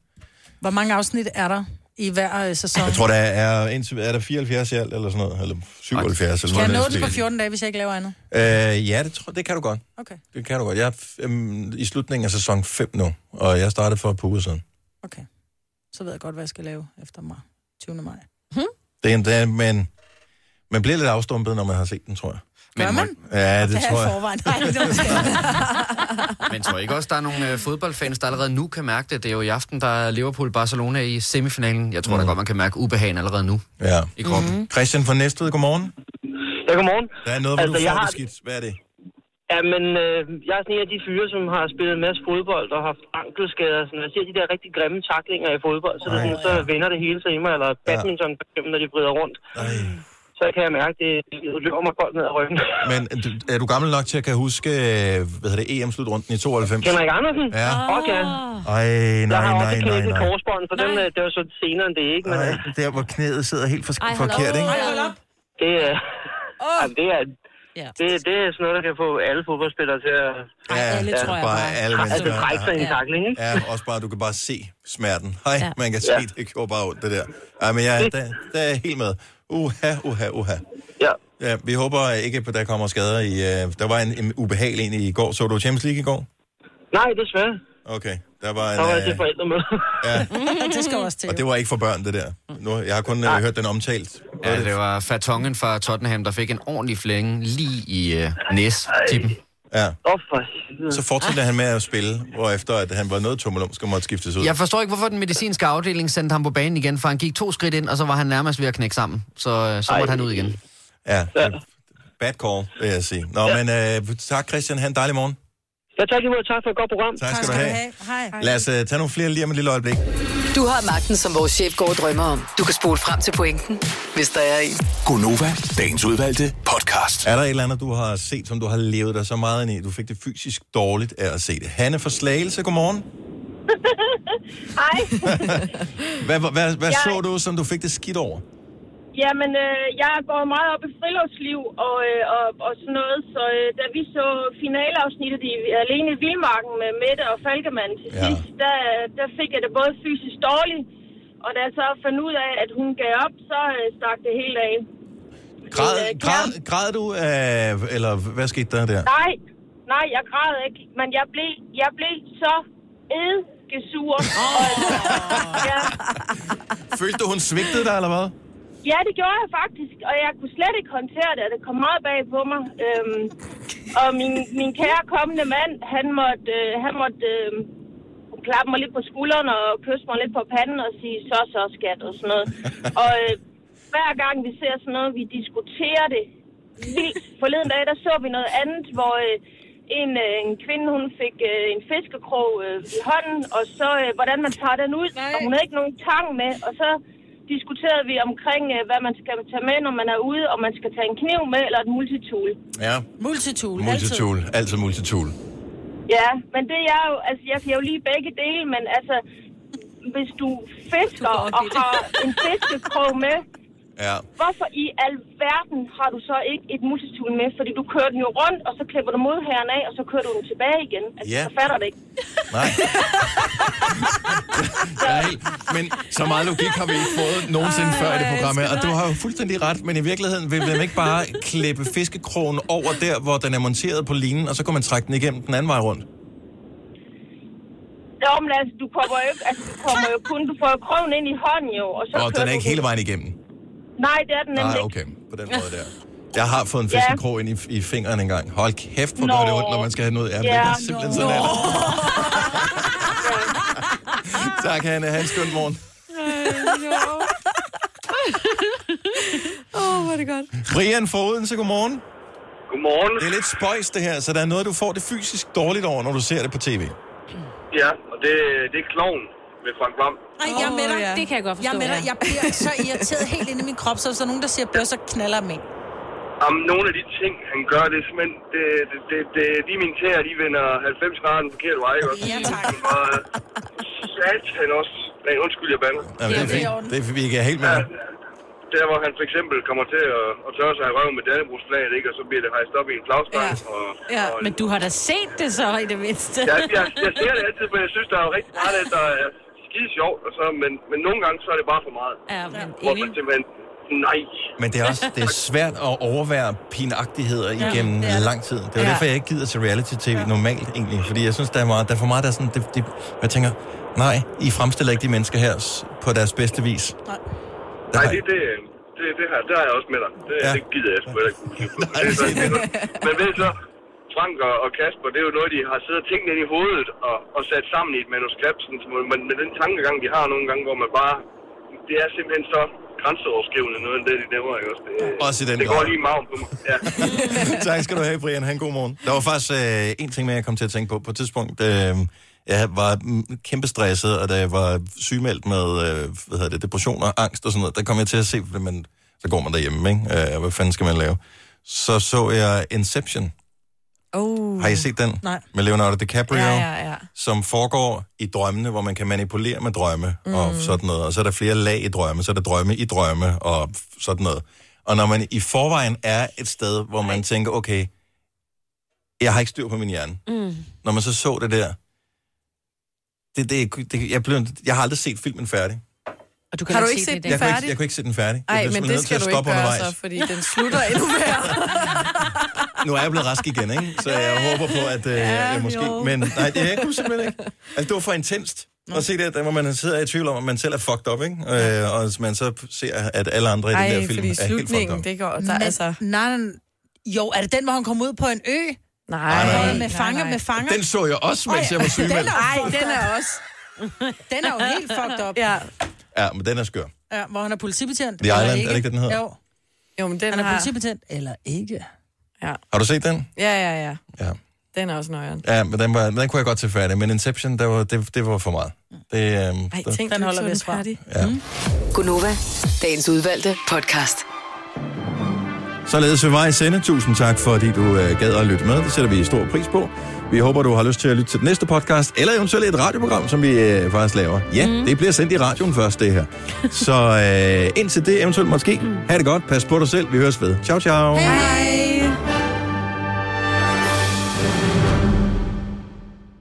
Speaker 3: Hvor mange afsnit er der i hver øh, sæson?
Speaker 1: Jeg tror, der er, indtil- er der 74 i alt, eller sådan noget. Eller 77, eller
Speaker 3: Skal jeg
Speaker 1: noget.
Speaker 3: nå
Speaker 1: i den
Speaker 3: det på
Speaker 1: stil.
Speaker 3: 14 dage, hvis jeg ikke laver andet?
Speaker 1: Øh, ja, det, tror, det kan du godt.
Speaker 3: Okay.
Speaker 1: Det kan du godt. Jeg er f- øhm, i slutningen af sæson 5 nu, og jeg startede for et par uger siden.
Speaker 3: Så ved jeg godt, hvad jeg skal lave efter mig. 20. maj.
Speaker 1: Det er, en- det er, men man bliver lidt afstumpet, når man har set den, tror jeg.
Speaker 3: Gør man?
Speaker 1: Ja, det,
Speaker 3: Det
Speaker 1: det
Speaker 3: er
Speaker 1: tror
Speaker 3: i
Speaker 1: jeg.
Speaker 3: forvejen. Nej, det er måske-
Speaker 11: Men tror I ikke også, der er nogle øh, fodboldfans, der allerede nu kan mærke det? Det er jo i aften, der er Liverpool-Barcelona i semifinalen. Jeg tror mm. da godt, man kan mærke ubehagen allerede nu.
Speaker 1: Ja.
Speaker 11: I kroppen.
Speaker 1: Mm. Christian fra Næstved, godmorgen.
Speaker 15: Ja, godmorgen.
Speaker 1: Der er noget, hvor altså,
Speaker 15: Altså,
Speaker 1: du
Speaker 15: jeg
Speaker 1: får
Speaker 15: har-
Speaker 1: det skidt. Hvad er det?
Speaker 15: Ja, men øh, jeg er sådan en af de fyre, som har spillet en masse fodbold og haft ankelskader. Sådan. Jeg ser de der rigtig grimme taklinger i fodbold, så, det, er sådan, så vender det hele sig i mig. Eller badminton, for eksempel, når de vrider rundt. Så kan jeg mærke, at det det løber mig koldt ned ad ryggen.
Speaker 1: Men er du- er du gammel nok til at kan huske, øh, hvad hedder det, EM-slutrunden i 92?
Speaker 15: Henrik Andersen?
Speaker 1: Ja.
Speaker 15: Okay.
Speaker 1: Ej,
Speaker 15: Jeg
Speaker 1: nej,
Speaker 15: har også
Speaker 1: nej, nej,
Speaker 15: knækket
Speaker 1: nej.
Speaker 15: korsbånd, for den, øh, det var så senere end det, ikke? Men, øh,
Speaker 1: Ej, der hvor knæet sidder helt for,
Speaker 15: Ej, hold op.
Speaker 1: forkert, ikke?
Speaker 15: Ej, hold op. det er... Jamen, det er...
Speaker 2: Ja.
Speaker 15: Det, det er sådan noget, der kan få alle fodboldspillere til at...
Speaker 1: Ja, bare alle
Speaker 15: Altså,
Speaker 1: mennesker.
Speaker 15: trække sig i en takling, ikke?
Speaker 1: Ja, også bare, du kan bare se smerten. Hej,
Speaker 15: Ja.
Speaker 1: ja. man kan se,
Speaker 15: Ja.
Speaker 1: det gjorde bare ondt, det der. Ej, men jeg, der, der er jeg helt med. Uha, uha, uha.
Speaker 15: Ja.
Speaker 1: ja vi håber ikke, at der kommer skader i... Uh, der var en, en ubehagelig en i går. Så du Champions League i går?
Speaker 15: Nej, desværre.
Speaker 1: Okay, der var en...
Speaker 15: Der var jeg
Speaker 1: øh,
Speaker 15: til forældremøde.
Speaker 1: ja,
Speaker 3: det skal også til.
Speaker 1: og det var ikke for børn, det der. Nu, jeg har kun uh, hørt den omtalt.
Speaker 11: Ja, det var Fatongen fra Tottenham, der fik en ordentlig flænge lige i øh, næs-tippen.
Speaker 1: Ja.
Speaker 15: Oh,
Speaker 1: så fortsatte han med at spille, hvor efter at han var noget tummelumsk og måtte skiftes ud.
Speaker 11: Jeg forstår ikke, hvorfor den medicinske afdeling sendte ham på banen igen, for han gik to skridt ind, og så var han nærmest ved at knække sammen. Så, øh, så måtte han ud igen.
Speaker 1: Ja. Bad call, vil jeg sige. Nå, ja. men uh, tak Christian. Ha' en dejlig morgen.
Speaker 15: Jeg tager imod. Tak for et godt program.
Speaker 1: Tak skal du have.
Speaker 3: Hej.
Speaker 1: Lad os uh, tage nogle flere lige om et lille øjeblik.
Speaker 8: Du har magten, som vores chef går og drømmer om. Du kan spole frem til pointen, hvis der er en.
Speaker 9: Gonova, dagens udvalgte podcast.
Speaker 1: Er der et eller andet, du har set, som du har levet dig så meget ind i? Du fik det fysisk dårligt af at se det. Hanne fra Slagelse, godmorgen.
Speaker 16: Hej.
Speaker 1: Hvad, hvad, hvad, hvad
Speaker 16: Jeg-
Speaker 1: så du, som du fik det skidt over?
Speaker 16: Jamen, øh, jeg går meget op i friluftsliv og, øh, og, og sådan noget, så øh, da vi så finaleafsnittet i Alene i Vildmarken med Mette og Falkemand til
Speaker 1: Ja.
Speaker 16: sidst, der, der fik jeg det både fysisk dårligt, og da jeg så fandt ud af, at hun gav op, så øh, stak det helt af.
Speaker 1: Græd, græd, græd du af, eller hvad skete der der?
Speaker 16: Nej, nej, jeg græd ikke, men jeg blev, jeg blev så edgesur. Oh. ja.
Speaker 1: Følte du, hun svigtede dig, eller hvad?
Speaker 16: Ja, det gjorde jeg faktisk, og jeg kunne slet ikke håndtere det, og det kom meget bag på mig. Øhm, og min, min kære kommende mand, han måtte, øh, han måtte øh, klappe mig lidt på skulderen og kysse mig lidt på panden og sige, så så skat og sådan noget. og øh, hver gang vi ser sådan noget, vi diskuterer det vildt. Forleden dag, der så vi noget andet, hvor øh, en, øh, en kvinde, hun fik øh, en fiskekrog øh, i hånden, og så øh, hvordan man tager den ud, og hun havde ikke nogen tang med, og så diskuterede vi omkring, øh, hvad man skal tage med, når man er ude, om man skal tage en kniv med eller et multitool.
Speaker 1: Ja.
Speaker 3: Multitool,
Speaker 1: Multitool. Altid, altid multitool.
Speaker 16: Ja, men det er jo, altså jeg kan jo lige begge dele, men altså, hvis du fisker du og har en fiskekrog med,
Speaker 1: Ja.
Speaker 16: hvorfor i alverden har du så ikke et multitool med? Fordi du kører den jo rundt, og så klipper du modherren af, og så kører du den tilbage igen. Altså,
Speaker 1: Ja.
Speaker 16: jeg fatter det ikke.
Speaker 1: Ja, helt- men så meget logik har vi ikke fået nogensinde Ej, før i det program her. Og du har jo fuldstændig ret, men i virkeligheden vil man ikke bare klippe fiskekrogen over der, hvor den er monteret på linen, og så kan man trække den igennem den anden vej rundt.
Speaker 16: Jo, men altså, du kommer jo ikke, altså, du kommer jo kun, du får jo krogen ind i hånden jo, og så
Speaker 1: Og
Speaker 16: kører
Speaker 1: den er
Speaker 16: du
Speaker 1: ikke hele vejen igennem.
Speaker 16: Nej, det er den
Speaker 1: Nej,
Speaker 16: nemlig ikke.
Speaker 1: okay. På den måde der. Jeg har fået en
Speaker 16: Ja.
Speaker 1: fiskekrog ind i, i fingeren engang. Hold kæft, hvor gør det
Speaker 16: Nå.
Speaker 1: ondt, når man skal have den ud. Ja, men det er simpelthen sådan, er det. Tak, Hanne. Ha' en skøn morgen.
Speaker 4: Åh, oh, hvor er det godt.
Speaker 1: Brian fra Odense, godmorgen.
Speaker 17: Godmorgen.
Speaker 1: Det er lidt spøjs det her, så der er noget, du får det fysisk dårligt over, når du ser det på tv.
Speaker 17: Ja, og det, det er kloven med Frank Vam.
Speaker 3: Ej, jeg er med dig.
Speaker 2: Det kan jeg godt forstå,
Speaker 3: Jeg er med dig.
Speaker 2: ja.
Speaker 3: Jeg bliver så irriteret helt ind i min krop, så hvis der er nogen, der siger bøsser, knaller dem ind.
Speaker 17: Jamen, nogle af de ting, han gør, det er simpelthen... Det, det, det, det, lige mine tæer, de vender 90 grader den forkerte vej, ikke også? Ja, tak. Og satan også. Nej, undskyld, jeg bander.
Speaker 1: Ja, det, er fint. det er, vi kan helt med. dig.
Speaker 17: Der, hvor han for eksempel kommer til at, at tørre sig i røven med Dannebrugsflaget, ikke? Og så bliver det hejst op i en flagstang, ja. og...
Speaker 2: Ja. Men du har da set det så i det mindste.
Speaker 17: Jeg, jeg, jeg ser det altid, men jeg synes, der er jo rigtig meget, af det, der er skide sjovt, og så, men, men nogle gange, så er det bare for meget.
Speaker 2: Ja, men
Speaker 17: Hvor man simpelthen, nej.
Speaker 1: Men det er også det er svært at overvære pinagtigheder
Speaker 17: Ja,
Speaker 1: igennem
Speaker 17: det
Speaker 1: ja,
Speaker 17: er det.
Speaker 1: lang tid. Det er
Speaker 17: Ja.
Speaker 1: ja. derfor, jeg ikke gider til reality-tv ja. normalt, egentlig. Fordi jeg synes, der er, meget, der er for meget, der er sådan... Det, det, jeg tænker, nej, I fremstiller ikke de mennesker her s- på deres bedste vis. Nej. Der,
Speaker 17: Nej,
Speaker 1: nej,
Speaker 17: det, det, det, det her, der er jeg også med dig. Det, ja. det gider jeg sgu heller ikke. Nej, det, er så, det, er- men ved I så, Frank og, og Kasper, det er jo noget, de har siddet og tænkt ind i hovedet og, og sat sammen i et manuskript, sådan, som, men med den tankegang, de har nogle gange, hvor man bare... Det er simpelthen så grænseoverskridende noget, end det, de nævner, ikke også? Det,
Speaker 1: Også i den
Speaker 17: det
Speaker 1: grad.
Speaker 17: går lige i maven på mig. Ja.
Speaker 1: tak skal du have, Brian. Han god morgen. Der var faktisk øh, en ting mere, jeg kom til at tænke på. På et tidspunkt, øh, jeg var mm, kæmpe stresset, og da jeg var sygemeldt med øh, hvad hedder det, depression og angst og sådan noget, der kom jeg til at se, men så går man derhjemme, ikke? Øh, hvad fanden skal man lave? Så så jeg Inception.
Speaker 4: Oh.
Speaker 1: Har I set den?
Speaker 4: Nej.
Speaker 1: Med Leonardo DiCaprio,
Speaker 4: Ja, ja, ja.
Speaker 1: som foregår i drømmene, hvor man kan manipulere med drømme mm. og sådan noget. Og så er der flere lag i drømme, så er der drømme i drømme og f- sådan noget. Og når man i forvejen er et sted, hvor man tænker, okay, jeg har ikke styr på min hjerne.
Speaker 5: Mm.
Speaker 1: Når man så så det der, det, det, det, jeg, blev, jeg har aldrig set filmen færdig.
Speaker 2: Og
Speaker 4: du kan Har du ikke ikke se se den den
Speaker 1: jeg Kunne ikke,
Speaker 4: færdig?
Speaker 1: jeg kunne ikke se den færdig. Jeg
Speaker 4: Nej,
Speaker 1: blev
Speaker 4: men
Speaker 1: simpelthen
Speaker 4: det
Speaker 1: nødt til
Speaker 4: skal
Speaker 1: at
Speaker 4: du ikke
Speaker 1: stoppe
Speaker 4: gøre
Speaker 1: undervejs.
Speaker 4: så, fordi den slutter endnu værre.
Speaker 1: Nu er jeg blevet rask igen, ikke? Så jeg håber på, at øh, jeg måske...
Speaker 4: jo.
Speaker 1: Men nej, det er jeg kunne simpelthen ikke. Altså, det var for intenst. Og se det, der, hvor man sidder i tvivl om, at man selv er fucked up, ikke? Øh, og man så ser, at alle andre i den der film
Speaker 4: fordi
Speaker 1: er helt fucked up.
Speaker 4: slutningen, det går... Der,
Speaker 3: Men-
Speaker 4: altså...
Speaker 3: Nej, nej, jo, er det den, hvor han kom ud på en ø?
Speaker 4: Nej,
Speaker 1: nej,
Speaker 3: Med
Speaker 1: nej,
Speaker 3: fanger,
Speaker 1: nej.
Speaker 3: med fanger.
Speaker 1: Den så jeg også, mens jeg var sygemeldt.
Speaker 3: Nej,
Speaker 4: den er også.
Speaker 3: Den er jo helt fucked up.
Speaker 4: Ja.
Speaker 1: Ja, men den er skør.
Speaker 3: ja hvor han er politibetjent.
Speaker 1: The
Speaker 3: eller
Speaker 1: Island, er det ikke det, den hedder?
Speaker 3: Jo.
Speaker 4: Jo, men den
Speaker 3: han er
Speaker 4: har-
Speaker 3: politibetjent, eller ikke.
Speaker 4: Ja.
Speaker 1: Har du set den?
Speaker 4: Ja, ja, ja.
Speaker 1: Ja.
Speaker 4: Den er også nøjeren.
Speaker 1: Ja, men den, var, den kunne jeg godt se færdig. Men Inception, der var, det, det var for meget. Det, øh,
Speaker 4: Ej,
Speaker 1: der,
Speaker 4: tænk, den Mm. holder vi fra.
Speaker 1: Ja.
Speaker 8: Gunova, dagens udvalgte podcast.
Speaker 1: Således vil vej sende. Tusind tak, fordi du øh, gad at lytte med. Det sætter vi stor pris på. Vi håber, du har lyst til at lytte til den næste podcast, eller eventuelt et radioprogram, som vi øh, faktisk laver. Ja, mm. det bliver sendt i radioen først, det her. Så øh, indtil det eventuelt måske. Ha' det godt. Pas på dig selv. Vi høres ved. Ciao, ciao. Hej.
Speaker 5: Hej.